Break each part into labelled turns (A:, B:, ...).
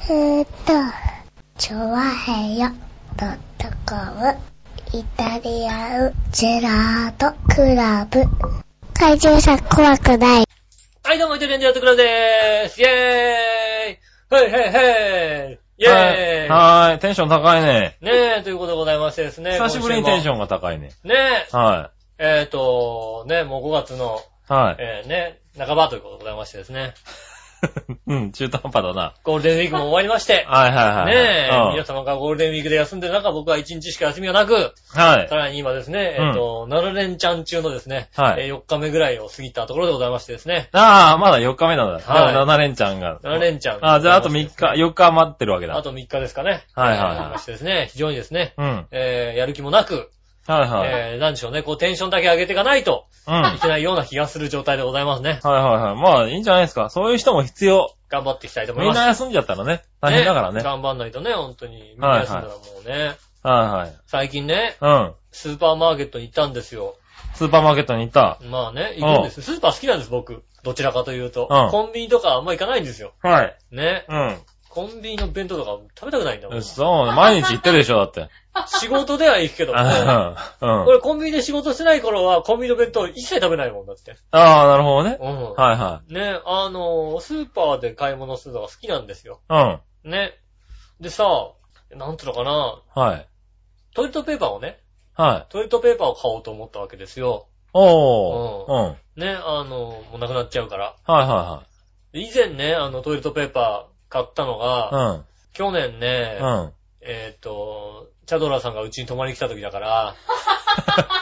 A: えー、っと、チョワヘヨドットコム、イタリアンジェラートクラブ。怪獣さん怖くない。
B: はい、どうも、イタリアンジェラートクラブでーす。イェーイはい、はい、はい。イェーイ
C: はいはい。テンション高いね。
B: ねえ、ということでございましてですね。
C: 久しぶりにテンシ
B: ョン。
C: ョンが高いね。
B: ね
C: は
B: え、えっ、と、ね、もう5月の、
C: い。はい。
B: えー、ね、半ばということでございましてですね。
C: うん、中途半端だな。
B: ゴールデンウィークも終わりまして、
C: はいはいは
B: ね
C: い。
B: え、皆
C: え。
B: 様がゴールデンウィークで休んでる中、僕は1日しか休みがなく、
C: はい
B: さ。らに今ですね、
C: うん
B: えっ、と、7連チャン中のですね、
C: はい
B: 4日目ぐらいを過ぎたところでございましてですね、
C: ああ、まだ4日目なんだ。
B: はい
C: 7連ちゃんが。
B: 7連チャン。
C: ああ、じゃああと3日、4日待ってるわけだ。
B: あと3日ですかね。
C: はいはいはい
B: えーましてですね、非常にですね、
C: うん。はい
B: えー、やる気もなく、
C: はい。
B: えー、なんでしょうね、こうテンションだけ上げていかないと
C: うん。はい
B: いけないような気がする状態でございますね。
C: はいはい。まあ、いいんじゃないですか。そういう人も必要。
B: 頑張っていきたいと思い
C: みん
B: ます。
C: な休んじゃったらね、大変だからね。
B: 頑張んないとね、本当に。みんな休んだらもうね、
C: はい
B: 最近ね、
C: はい。うん。
B: スーパーマーケットに行ったんですよ。
C: スーパーマーケットに行った。
B: まあね、行くんですよ。スーパー好きなんです、僕。どちらかというと。
C: うん
B: コンビニとかあんま行かないんですよ。
C: はい。
B: ね。
C: う
B: コンビニの弁当とか食べたくないんだもん
C: ん。。そう、毎日行ってるでしょ、だって。
B: 仕事では行くけど。
C: うん。うん
B: 俺コンビニで仕事してない頃は、コンビニの弁当一切食べないもんだって。
C: ああ、なるほどね。
B: うん。
C: はいは
B: ね、あのー、スーパーで買い物するのが好きなんですよ。
C: い。うん。
B: ね。でさ、なんつうのかな、
C: はい。
B: トイレットペーパーをね、
C: はい。
B: トイレットペーパーを買おうと思ったわけですよ。
C: おー。うん。はい
B: ね、あのー、もうなくなっちゃうから。
C: は
B: で以前ね、あの、トイレットペーパー買ったの
C: い
B: が、
C: はい。
B: 去年ね、
C: うん。うん。
B: えっ、と、チャドラさんがうちに泊まりに来た時だから、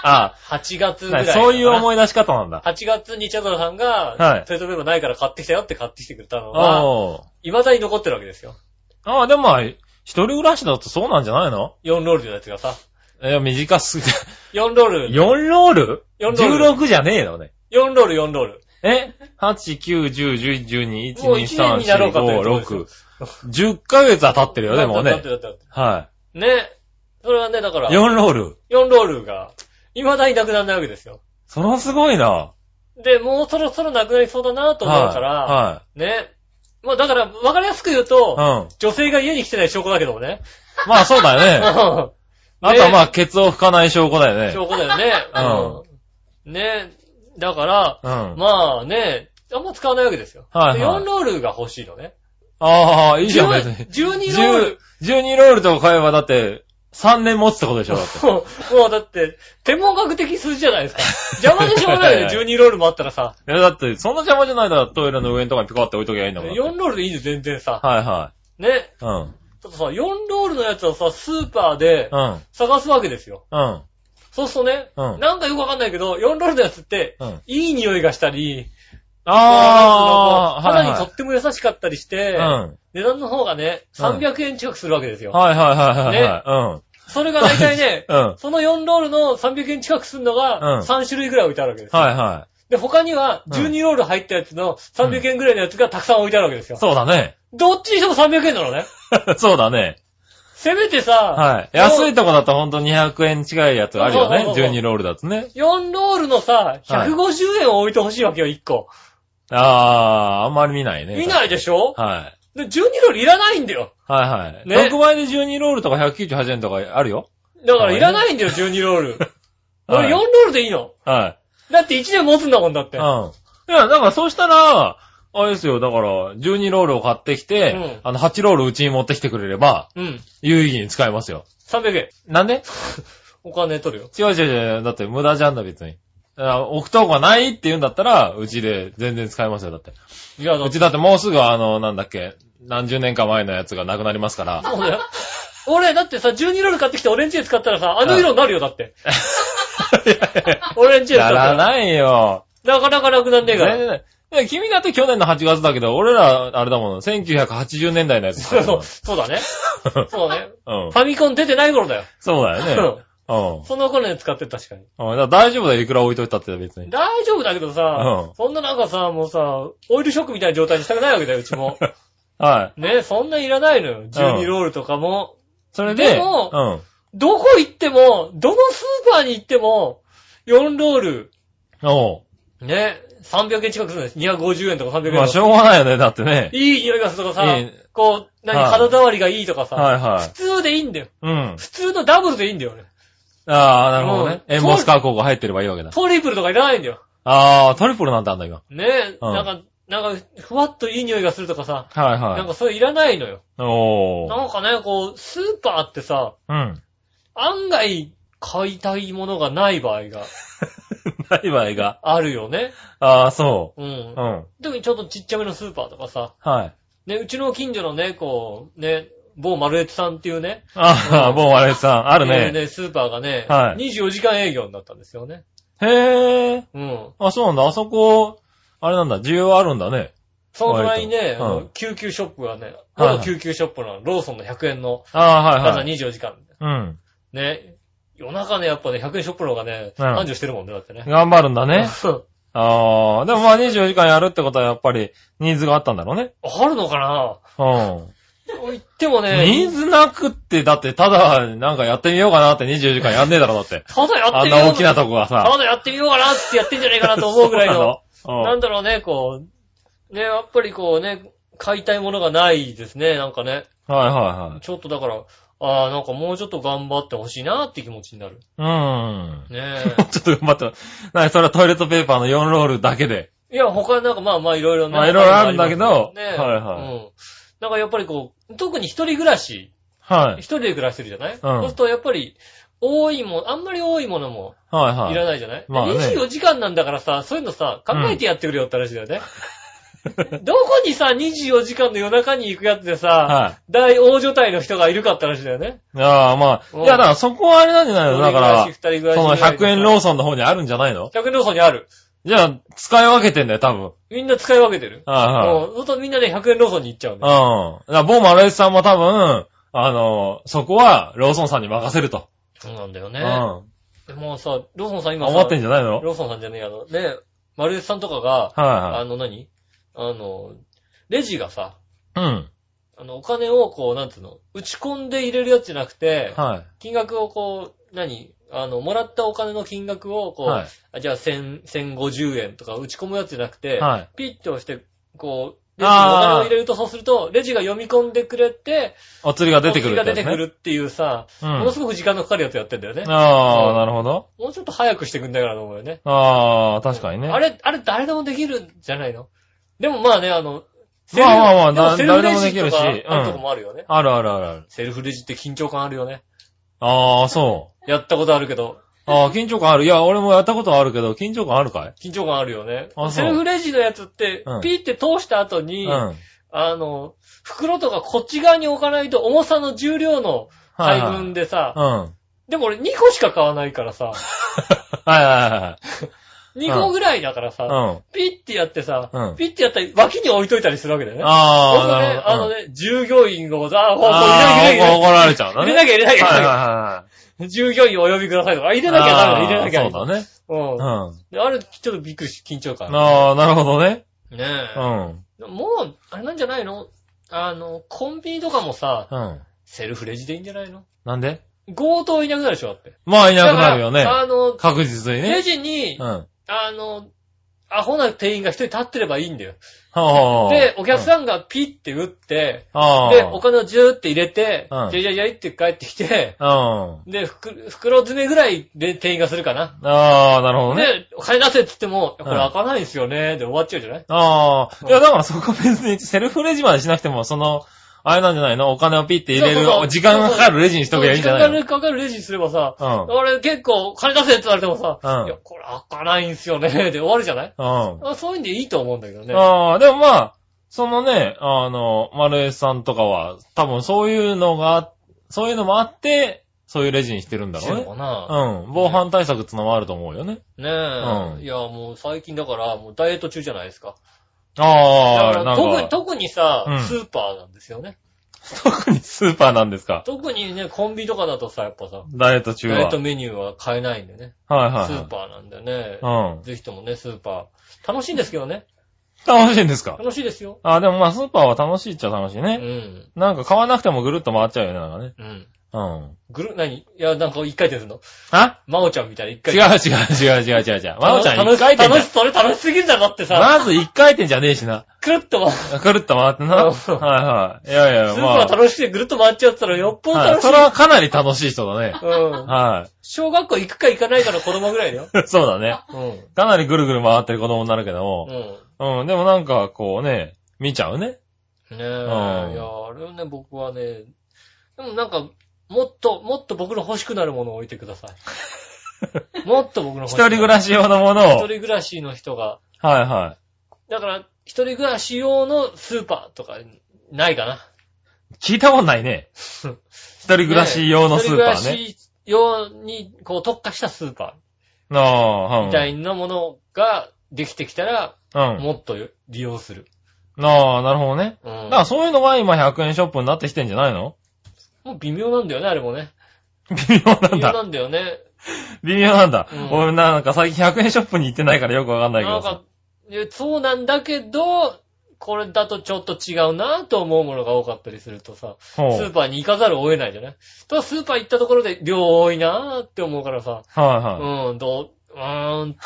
C: あ
B: 8月ぐら
C: あ、
B: いだったかな。
C: そういう思い出し方なんだ。
B: 8月にチャドラさんが、
C: はい
B: トイレットペーパーないから買ってきたよって買ってきてくれたのが、
C: おー。
B: 未だに残ってるわけですよ。
C: ああ、でもまあ、一人暮らしだとそうなんじゃないの
B: 4ロールのやつがさ、
C: え、短すぎて。
B: 4ロール、
C: 4ロール
B: 四ロール
C: ?16 じゃねえのね。
B: 4ロール、4ロール。
C: え ?8、9、10、11、12、1、
B: もう
C: 2、
B: 一年
C: 3、
B: になろ
C: 4、
B: うかというところです
C: 5、6。10ヶ月は経ってるよ、でも
B: だっ
C: ね
B: て。だってだって
C: は
B: ね。それはね、だから、
C: い。4ロール。
B: 4ロールが、未だになくならないわけですよ。
C: そらすごいな。
B: で、もうそろそろなくなりそうだなと思うから、
C: は
B: ね。まあだから、わかりやすく言う
C: い。
B: と、
C: はい。うん。
B: 女性が家に来てない証拠だけど もね。
C: まあそうだ よね。あとはま
B: あ、
C: あ、ケツを拭かない証拠だよね。
B: 証拠だよね。うん。ね。だから、
C: うん。
B: まあね、あんま使わないわけですよ。
C: はいは
B: で4
C: い
B: ロールが欲しいのね。
C: ああ、いいじゃん、別に。
B: 12ロール
C: 10。12ロールとか買えばだって、3年持つってことでしょ、だって。
B: もう、もうだって、天文学的数字じゃないですか。邪魔でしょうがないよね。12ロールもあったらさ。
C: いや、だって、そんな邪魔じゃないだろ、トイレの上のとかにピコって置いときゃいいんだもん。
B: 4ロールでいいんです、全然さ。
C: はいは
B: ね。
C: い。うん。
B: ちょっとさ、4ロールのやつをさ、スーパーで
C: うん。
B: 探すわけですよ。
C: うん。
B: そうするとね、
C: うん
B: なんかよくわかんないけど、4ロールのやつって、
C: うん。
B: いい匂いがしたり、
C: ああ、
B: 肌に
C: は
B: とっても優しかったりして、
C: いはい。
B: 値段の方がね、
C: うん
B: 300円近くするわけです
C: うん。
B: よ。
C: はいはいはいはいは
B: それが大体ね
C: い。、うん。うん。
B: その4ロールの300円近くするの
C: うん
B: が、3種類ぐらい置いてあるわけですよ。
C: はいは
B: で、他には、
C: うん
B: 12ロール入ったやつの300円ぐらいのやつがたくさん置いてあるわけですよ
C: い。。そうだね。
B: どっちにしても300円なのね。
C: そうだね。
B: せめてさ、
C: はい。安いとこだとほんと200円近いやつがあるよね
B: そう。そうそう
C: 12ロールだとね。
B: 4ロールのさ、150円を置いてほしいわけよ、1個。
C: ああー、あんまり見ないね。
B: 見ないでしょ
C: はい。
B: で ?12 ロールいらないんだよ。
C: はいはい。
B: ね
C: 6倍で12ロールとか198円とかあるよ。
B: だからいらないんだよ、12ロール。
C: は
B: 俺
C: い
B: 4ロールでいいの。
C: は
B: だって1年持つんだもんだっ
C: い。
B: て。
C: うん。いや、だからそうしたら、あれですよ、だから、12ロールを買ってきて、
B: うん
C: あの、8ロールうちに持ってきてくれれば、
B: うん。
C: 有意義に使えますよ。
B: 300円。
C: なんで
B: お金取るよ。
C: 違う違う違う、だって無駄じゃんだ、別に。あ置くとこがないって言うんだったら、うちで全然使えますよ、だって。
B: いや、だっ
C: う
B: て
C: ちだってもうすぐあの、なんだっけ、何十年か前のやつがなくなります から。
B: そうだよ。俺、だってさ、12ロール買ってきてオレンジで使ったらさ、あの色になるよ、だ って。オレンジで使
C: や
B: った
C: ら
B: ら。
C: ないよ。
B: なかなかなくなんねえ
C: 全
B: から。
C: 然ないいや君だって去年の8月だけど、俺ら、あれだもん、1980年代のやつ使
B: そう
C: ってた
B: そう
C: も。
B: んそうだね。 そうだね。
C: うん
B: フ。ァミコン出てない頃だよ。
C: そうだよね。うん。
B: その頃のやつ使ってる確かに。
C: うん、だから大丈夫だよ、いくら置いといたって別に。
B: 大丈夫だけどさ、
C: うん
B: そんななんかさ、もうさ、オイルショックみたいな状態にしたくないわけだよ、うち も。
C: はい。
B: ね、そんないらないのよ。12ロールとかも。
C: それで、
B: でも
C: うん。
B: どこ行っても、どのスーパーに行っても、4ロール、
C: お
B: ね、300円近くするんです。250円とか300
C: う
B: 円と
C: まあ、
B: か。
C: しょうがないよね、だってね。
B: いい匂いがするとかさ、
C: いい
B: こう、何、
C: はい
B: 肌触りがいいとかさ、
C: はいはい
B: 普。通でいいんだよ。
C: うん。
B: 普通のダブルでいいんだよ、俺。
C: ああ、なるほどね。
B: うん
C: エンボスカーコーが入ってればいいわけだ。
B: トリプルとかいらないんだよ。
C: ああ、トリプルなんてあんだ、今。
B: ねえ、
C: うん
B: なんか、なんか、ふわっといい匂いがするとかさ、
C: はい
B: なん
C: は
B: かそれいらないのよ。
C: い。おー。
B: なんかね、こう、スーパーってさ、
C: うん。
B: 案外買いたいものがない場合が
C: ない場合が。
B: あるよね。
C: ああ、そうう。
B: ん
C: う。ん。
B: 特にちょっとちっちゃめのスーパーとかさ、
C: はい。
B: ね、うちの近所のね、こう、ね、某マルエツさんっていうね、
C: ああ、
B: うん
C: もうあれさん、ある
B: えー
C: ね。
B: ねスーパーがね、
C: はい
B: 24時間営業になったんですよね。
C: へえ。
B: うん。
C: あ、そうなんだ。あそこ、あれなんだ、需要あるんだね。
B: その隣にね、
C: 割と
B: あの
C: うん
B: 救急ショップがね、
C: はい
B: 元救急ショップのローソンの100円の、
C: ああ、はい
B: 朝
C: はい。
B: 24時間。
C: うん。
B: ね、夜中ね、やっぱね、100円ショップの方がね、
C: うん
B: 繁盛してるもんね、だってね。
C: 頑張るんだね。
B: そう
C: ああ、でもまあ24時間やるってことはやっぱりニーズがあったんだろうね。
B: あるのかな
C: うん。
B: 言ってもね、
C: ニーズなくって、だってただなんかやってみようかなって24時間やんねえだろ、だって。
B: ただやっ
C: あ
B: て
C: ん
B: みよう
C: な大きなとこがさ。
B: ただやってみようかなってやってんじゃないかなと思うぐらいの、
C: そうな
B: な
C: の。
B: んだろうね、こう、ね、やっぱりこうね、買いたいものがないですね、なんかね。
C: うん。はいは
B: ちょっとだから、ああ、なんかもうちょっと頑張ってほしいなって気持ちになる。
C: いはい。うん。
B: ね
C: ちょっと頑張って。なに、それはトイレットペーパーの4ロールだけで。
B: え。いや、他なんかまあまあいろいろね。
C: まあいろいろあるんだけど
B: ねえ。
C: はいはい
B: うん。なんかやっぱりこう、特に一人暮らし、
C: は
B: 一
C: い。
B: 人で暮らしてるじゃないそうするとやっぱり、多いもん、あんまり多いものも
C: はいはい
B: ら
C: い。
B: ないじゃない、
C: まあね
B: 24時間なんだからさ、そういうのさ、考えてやってくれよって話だよ ね。どこにさ、24時間の夜中に行くやつでさ、
C: は
B: 大大所帯の人がいるかって話だよね。
C: い。ああ、まあ。
B: うん
C: いや、だからそこはあれなんじゃないのだから
B: 一人、暮らし、二人暮らし
C: その
B: ぐらいでさ
C: 100円ローソンの方にあるんじゃないの
B: 100円ローソンにある。
C: じゃあ、使い分けてんだよ、多分。
B: みんな使い分けてる。
C: はいはい。
B: うん。ほんとみんなね、100円ローソンに行っちゃう
C: う
B: ん
C: ん。
B: だ
C: だか
B: よ
C: ら、某マルエスさんも多分、あの、そこは、ローソンさんに任せると。
B: そうなんだよ
C: う
B: ね
C: ん。。
B: でもさ、ローソンさん今さ、
C: 思ってんじゃないのはい
B: ローソンさんじゃねえ、あの、ね、マルエスさんとかが、あ
C: は
B: の何あの、レジがさ、
C: い。うん。
B: あの、お金をこう、なんつうの、打ち込んで入れるやつじゃなくて、
C: は
B: 金額をこう、何あの、もらったお金の金額を
C: い。
B: こう、
C: は
B: あじゃあ1000、1050円とか打ち込むやつじゃなくて、
C: い。はい。
B: ピッと押して、こう、レジにお金
C: あー
B: を入れると、そうすると、レジが読み込んでくれて、
C: お釣りが出てくる
B: こっ
C: っ
B: ちが
C: て
B: 出
C: やつ
B: てく
C: ね。
B: るっていうさ、
C: う
B: もの
C: ん。
B: すごく時間のかかるやつやってんだよね。
C: ああ、なるほど。
B: もうちょっと早くしてくんないかなと思うよね。
C: ああ、確かにね。
B: あれ、あれ誰でもできるんじゃないのでもまあね、あの、
C: まあまあまあ
B: セルフレジ
C: だ誰でもできるし
B: とかある
C: うん
B: とこもあるよね。
C: あるあるあるある。
B: セルフレジって緊張感あるよね。
C: ああ、そう。
B: やったことあるけど、
C: ああ、緊張感ある。いや、俺もやったことあるけど、緊張感あるかい
B: 緊張感あるよね
C: あそ。う
B: セルフレジのやつって
C: う、ん
B: ピーって通した後
C: う
B: に、
C: ん。はい
B: あの、袋とかこっち側に置かないと重さの重量の配
C: はい。うん。
B: 分でさ、
C: はい
B: でも俺2個しか買わないからさ、
C: は
B: 2個ぐらいだから
C: いはい。う
B: さ、
C: ん。
B: ピッてやってさ
C: う、ん
B: ピッてやったり脇に置いといたりするわけだよね。そうするとね
C: あ、あ、
B: あの
C: なるほど。うん
B: ね、従業員を、あ、ほう
C: あ
B: 入れなき
C: あ、
B: ゃ
C: 怒られちゃうんだ
B: 入
C: ね。
B: れなきゃ入れなきゃ入れなきゃ
C: はい
B: 入
C: は
B: れ
C: い
B: な
C: は
B: きゃ。従業員お呼びくださいとか、入
C: い。
B: れなきゃダメだ、入れなきゃ。
C: あーそうだね。
B: うん
C: うん。あ
B: であれ、ちょっとびっくりし、緊張感。ね
C: あ、なるほどね。
B: え
C: う。ん。
B: もう、あれなんじゃないのあの、コンビニとかもさ、
C: うん。
B: セルフレジでいいんじゃないの
C: なんで
B: 強盗いなくなるでしょだって。
C: まあ、いなくなるよ
B: だ
C: ね
B: か。らあの、
C: 確実に
B: レ
C: ね。
B: ジに
C: う、ん。は
B: あの、アホな店員が一人立ってればいいんだよ。
C: あはあ
B: で、お客
C: うん
B: さんがピッて打って、
C: ああ。
B: で、お金をジューって入れて
C: う、ん
B: じゃいじゃいじゃいって帰ってきて、
C: うん。
B: で、袋袋詰めぐらいで店員がするかな。
C: ああ、なるほどね。
B: で、お金出せって言っても、これ
C: うん
B: 開かないんすよね、で終わっちゃうじゃない
C: あ
B: う
C: あ。
B: ん
C: いや、だからそこ別にセルフレジまでしなくても、その、あれなんじゃないのお金をピッて入れ
B: そう
C: る
B: そうそう、
C: 時間がかかるレジにしとけばいいんじゃないの
B: 時間かかるレジにすればさ、
C: うん。
B: 俺結構、金出せって言われてもさ、
C: うん
B: いや、これ開かないんすよね、で終わるじゃない
C: うん。
B: あそういうんでいいと思うんだけどね。
C: ああ、でもまあ、そのね、あの、丸江さんとかは、多分そういうのが、そういうのもあって、そういうレジにしてるんだ
B: して
C: ろうん
B: の
C: ね。
B: かな
C: うん。防犯対策ってのもあると思うよね。
B: ねえ、
C: うん
B: いや、もう最近だから、もうダイエット中じゃないですか。
C: あ
B: だ
C: あ、
B: から
C: な
B: 特に
C: ん か、
B: 特にさ、
C: うん
B: スーパーなんですよね。
C: 特にスーパーなんですか
B: 特にね、コンビニとかだとさ、やっぱさ、
C: ダイエット中
B: ダイエ
C: は。
B: ットメニューは買えないんでね。
C: はい
B: ス
C: はい
B: ー
C: は
B: パーなんでね。
C: い。うん。
B: ぜひともね、スーパー。楽しいんですけどね。
C: 楽しいんですか
B: 楽しいですよ。
C: あ、でもまあスーパーは楽しいっちゃ楽しいうね。
B: ん。
C: なんか買わなくてもぐるっと回っちゃうよね、なんかね。
B: うん。
C: うん。
B: ぐる、何いや、なんか一回転するの
C: あ
B: まおちゃんみたいな一
C: 違う
B: 回
C: 違う
B: 転。
C: 違う違う違う違う。まおちゃん
B: 楽
C: 一
B: し
C: 回転
B: 楽し、
C: じ
B: それ楽しすぎんだろって
C: ゃ。
B: さ、
C: まず一回転じゃねえしな。
B: くるっと回す。
C: くるっと回ってな。
B: うん
C: はいはい。いやいや、
B: スー
C: ま
B: パー
C: あ。
B: 楽しくてぐるっと回っちゃったらよっぽど
C: は
B: 楽
C: い、
B: しい。
C: それはかなり楽しい人だね。
B: うん。
C: は
B: 小学校行くか行かないかの子供ぐらいだよ。
C: い。 そうだね。
B: うん。
C: かなりぐるぐる回ってる子供になるけど
B: う
C: も。
B: ん。
C: うん、でもなんかこうね、見ちゃうね。
B: ねえ、
C: ん
B: いや、あれはね、僕はね、でもなんか、もっと、もっと僕の欲しくなるものを置いてくださ い。もっと僕の欲
C: 一
B: しくな
C: 人
B: る。
C: 暮らし用のものを。
B: 一
C: は
B: 人
C: い
B: 暮らしの人が。
C: は
B: だから、一人暮らし用のスーパーとか、ないかな。
C: い。聞いたことないね。一人暮らし用のスーパー
B: 一
C: ね。
B: 人暮らし用に、こう、特化したスーパ
C: ああ、
B: ー
C: う
B: み
C: ん。
B: たいなものができてきたら、
C: うん。
B: もっと利用する。
C: ああ、なるほどね。
B: う
C: だ
B: ん
C: か。らそういうのが今100円ショップになってきてんじゃないの
B: もう微妙なんだよね、あれもね。
C: 微妙
B: 微
C: なん
B: 妙
C: だ。
B: なんだよね。
C: 微妙なんだ。
B: うん
C: 俺なんか最近100円ショップに行ってないからよくわかんないけ
B: な
C: ど
B: ん
C: さ
B: か。、えそうなんだけど、これだとちょっと違うなと思うものが多かったりするとさ、ス
C: ほう。
B: ーパーに行かざるを得ないじゃないただスーパー行ったところで量多いなって思うからさ、
C: はいうはい。
B: ん、どう、うーんって、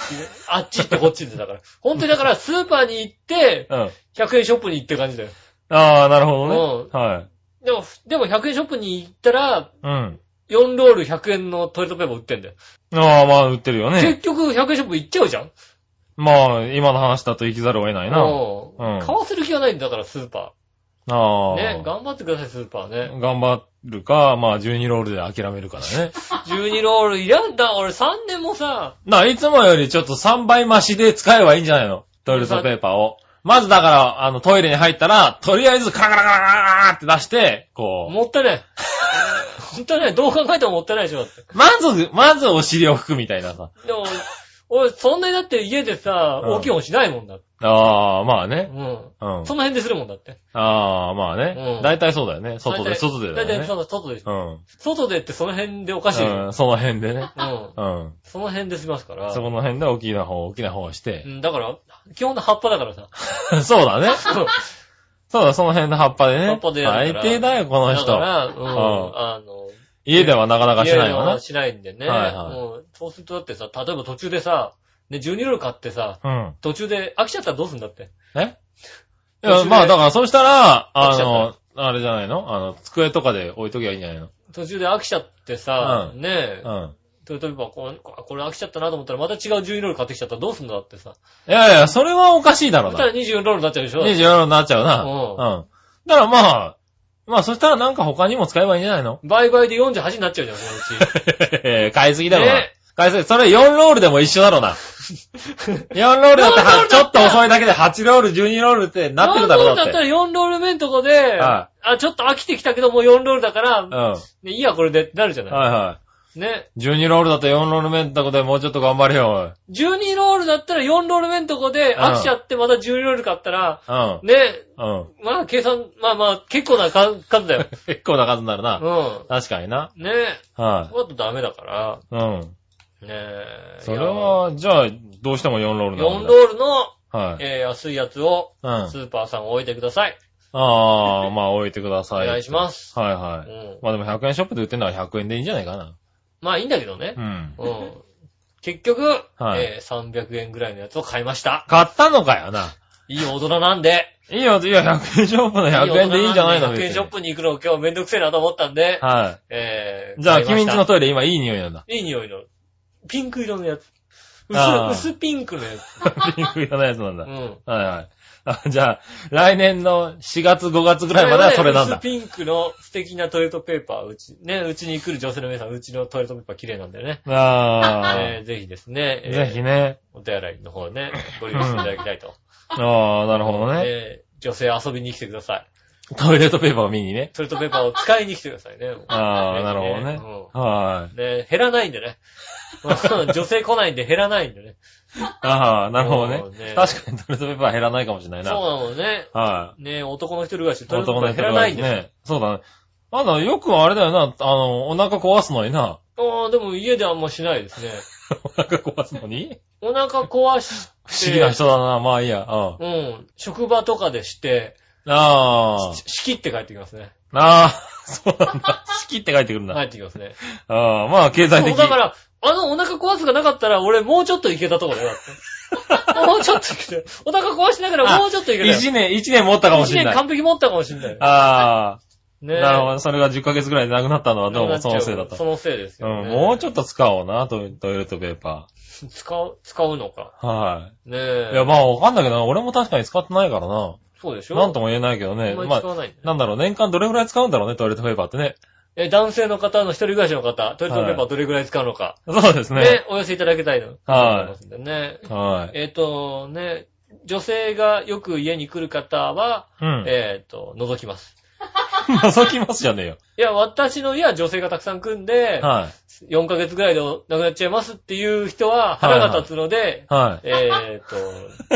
B: あっち行ってこっち行ってだから。 本当にだからスーパーに行って、
C: うん。
B: 100円ショップに行って感じだよ。
C: ああ、なるほどね。はい。
B: でも、でも100円ショップに行ったら、
C: うん。
B: 4ロール100円のトイレットペーパー売ってんだよ。
C: ああ、まあ売ってるよね。
B: 結局100円ショップ行っちゃうじゃん
C: まあ、今の話だと生きざるを得ないな。あ
B: うん
C: うん
B: 買わせる気がないんだから、スーパー。
C: あ。
B: ね、頑張ってください、スーパーね。
C: 頑張るか、まあ12ロールで諦めるからね。
B: 12ロールいらんだ。俺3年もさ、
C: な、いつもよりちょっと3倍増しで使えばいいんじゃないのトイレットペーパーを。まずだから、あの、トイレに入ったら、とりあえずカラカラカラカラって出して、こ
B: もったいない。 ほんとね、どう考えてももったいないでしょ、だって。
C: う、まず、まずお尻を拭くみたいなさ。
B: でも、俺、そんなにだって家でさ、
C: うん
B: 大きい本しないもんだって。
C: ああ、まあ
B: う
C: ね。
B: ん。
C: うん。
B: その辺でするもんだって。
C: ああ、まあね
B: う。ん
C: 大体そうだよね。外で、
B: 大体
C: 外でだ
B: 大
C: よ
B: 体
C: ね。
B: その外で。
C: うん。
B: 外でってその辺でおかしいよ。
C: うんその辺でね。
B: うん。
C: うん。
B: その辺で済ますから
C: そ。この辺で大きな方、大きな方をし
B: う
C: て。
B: ん、だから、基本の葉っぱだからさ。
C: そうだね。
B: そう
C: そうだ、その辺の葉っぱでね。
B: 葉っぱでやるから
C: 最低だよ、この
B: だか
C: 人。
B: ら、うん、
C: ん
B: あの、
C: 家ではなかなかしないよ
B: 家
C: な
B: は。しないんでね。
C: はいはい
B: うんそうするとだってさ、例えば途中でさ、ね、12ロール買ってさ、
C: うん。
B: 途中で飽きちゃったらどうすんだって。
C: えい
B: 途中で
C: や、まあ、だから、そうしたら、
B: 飽
C: あ
B: きちゃ
C: の、あれじゃないのあの、机とかで置いときゃいいんじゃないの
B: 途中で飽きちゃってさ、
C: う
B: ねえ、
C: うん。
B: トヨタビバこれ、これ飽きちゃったなと思ったらまた違う12ロール買ってきちゃったらどうすんだってさ。
C: いやいや、それはおかしいだ
B: そ
C: ろう
B: したら
C: な。
B: 24ロールになっちゃうでしょ
C: 24になっちゃうな。
B: う
C: うん。だからまあ、まあ、そしたらなんか他にも使えばいいんじゃないの
B: 倍々で48になっちゃうじゃん、そのう
C: 買いすぎだろうな
B: ね。
C: 買いすぎ。それ4ロールでも一緒だろう な。
B: 4ロー
C: 4ロールだっては
B: ルだった
C: ちょっと遅いだけで8ロール、12ロールって
B: ち。
C: なってるだ
B: 4ロー
C: ろう
B: ルだ
C: だ
B: っ
C: ったて。
B: ら4ロール目のとこで、
C: は
B: あ、ちょっと飽きてきたけどもう4ロールだから、
C: う
B: ね、
C: ん。はい
B: いや、これでってなるじゃない。
C: は
B: ね。
C: い。12ロールだったら4ロール目のとこでもうちょっと頑張れよ、
B: 12ロールだったら4ロール目のとこで
C: うん
B: 飽きちゃってまた12ロール買ったら、
C: おい。
B: ね、
C: うん。 うん。
B: まあ計算、まあまあ結構な数数 だよ。
C: 結構な数になるな。
B: う
C: 確かにな。
B: ん。ね
C: は
B: そうだとダメだから、
C: い。うん。
B: ねえ。
C: それは、じゃあ、どうしても4ロール
B: 4
C: なの
B: ロールの、
C: はい。
B: えー安いやつを、
C: うん。あ
B: スーパーさん置いてください。
C: あー、まあ置いてくだ
B: お
C: さい。
B: 願いします。
C: す。はいは
B: う
C: い。
B: ん。
C: まあでも100円ショップで売ってんのは100円でいいんじゃないかな。
B: まあいいんだけどね
C: う。ん。
B: うん。結局、
C: はい
B: えー300円ぐらいのやつを買いました。
C: 買ったのかよな。
B: いい大人なんで。
C: いいよ、いいよ、100円ショップの100円でいいんじゃないの
B: 100円ショッ
C: 別に
B: プに行くの今日めんどくせえなと思ったんで、
C: は
B: え
C: い。
B: ー、
C: じゃあ、
B: 買いま
C: 君
B: し
C: ん
B: た
C: ちのトイレ今いい匂いな んだ。
B: いい匂いの。ピンク色のやつ。
C: あー
B: 薄、薄ピンクのやつ。
C: ピンク色のやつなんだ
B: う。ん。
C: はいはいあ。じゃあ、来年の4月5月ぐらいまではそれなんだ
B: 薄。ピンクの素敵なトイレットペーパー、うち、ね、うちに来る女性の皆さん、うちのトイレットペーパー綺麗なんでね。
C: あ
B: えー、ぜひですね、
C: あ。
B: えー
C: ぜひね。
B: お手洗いの方ね、ご利用していただきたいと。
C: ああ、なるほどね。
B: えー女性遊びに来てください。
C: トイレットペーパーを見にね。
B: トイレットペーパーを使いに来てくださいね。
C: ああ、なるほどね。は
B: どね。ね、減らないんで ね。女性来ないんで減らないんでね。
C: い。ああ、なるほどね
B: そうね。
C: 確かにトイレットペーパーは減らないかもしれない
B: そう
C: な。
B: なのね。
C: は
B: ね、男の一人暮らしで
C: い。
B: トイレットペーパー
C: 人
B: 減らないんですよ。
C: ね。そうだね。まだよくあれだよな、あの、お腹壊すのにな。
B: ああ、でも家であんましないですね。
C: お腹壊すのに
B: お腹壊し
C: 不思議な人だな、まあいいや。うん。
B: て、うん、職場とかでして、
C: ああ。
B: 仕切って帰ってきますね。
C: ああ。 そうなんだ。好きって書いてくるんだ。
B: 入ってきますね。
C: ああ、まあ、経済
B: そ
C: 的。
B: うだから、あのお腹壊すがなかったら、俺もうちょっといけたとこだよ。 だってもうちょっといけたよ。お腹壊してながらもうちょっといけたよ。
C: 一年、一年持ったかもしれ
B: 一
C: な
B: 年
C: い。
B: 完璧持ったかもしれない。
C: ああ、
B: ねえ
C: なるほど。それが10ヶ月ぐらいでなくなったのはどうもそのせいだった。
B: そのせいですよ、
C: うん、
B: ね。
C: もうちょ
B: ょっ
C: っと使おうな、トイトイレットペーパ
B: と。使う、使うのか。
C: ー。は
B: ね
C: い。
B: え。
C: いや、まあ、わかんないけどな、俺も確かに使ってないからな。
B: そうでしょ
C: なんとも言えないけどね。
B: あんま
C: ま
B: り使わ
C: あ、
B: ないんだよ
C: なんだろう、年間どれぐらい使うんだろうね、トイレットペーパーってね。
B: え、男性の方の一人暮らしの方、トイレットペーパーどれぐらい使うのか。
C: そうですね。
B: ね、お寄せいただきたいの。
C: はい
B: と思いますんでね。
C: はい。
B: えっ、と、ね、女性がよく家に来る方は、
C: うん。
B: えっ、と、覗きます。
C: 覗きますじゃねえよ。
B: いや、私の家は女性がたくさん来んで、
C: は
B: 4ヶ月ぐらいで亡くなっちゃいますっていう人は腹が立つので、
C: い。は
B: えっ、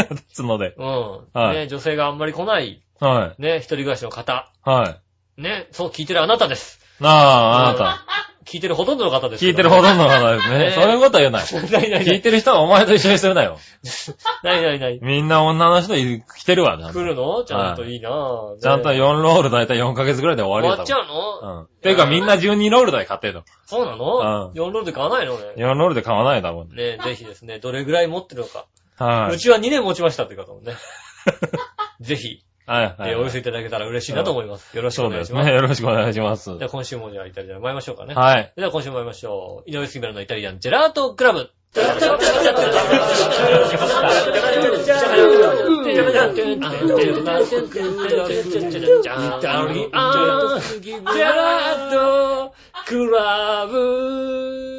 C: い。つので。
B: と、うん、
C: はい
B: ね、女性があんまり来ない、
C: は
B: ね、一人暮らしの方、
C: い。はい。
B: ね、そう聞いてるあなたです。
C: なあ、あなた。
B: 聞いてるほとんどの方です。
C: 聞いてるほとんどの方です
B: ね
C: ね。そういうことは言えない。
B: ど。 ないないな
C: 聞い
B: い。
C: てる人はお前と一緒にするなよ。
B: ないないない。
C: みんな女の人い来てるわ、ちゃん
B: 来
C: と。
B: るのちゃんといいなぁ、ね
C: ちゃんと4ロールだいたい4ヶ月ぐらいで終
B: 終わ
C: わり
B: っ
C: だ
B: ちゃうの、
C: うん。ていうかみんな12ロールだい買ってんの。
B: そうなの、
C: うん
B: ?4 ロールで買わないのね。
C: 4ロールで買わないだもんね。
B: ねぜひですね、どれぐらい持ってるのか。
C: は
B: う
C: い。
B: ちは2年持ちましたって方 もね。ぜひ、
C: はい
B: え
C: はい。
B: ーお寄せいただけたら嬉しいなと思います。よろしく
C: そ
B: お
C: う
B: 願
C: で
B: いし
C: す
B: ます。
C: ね。よろしくお願いします。
B: じゃあ今週もじゃあイタリアン参りましょうかね。
C: はい。
B: では今週も参りましょう。井上杉村のイタリアンジェラートクラブ。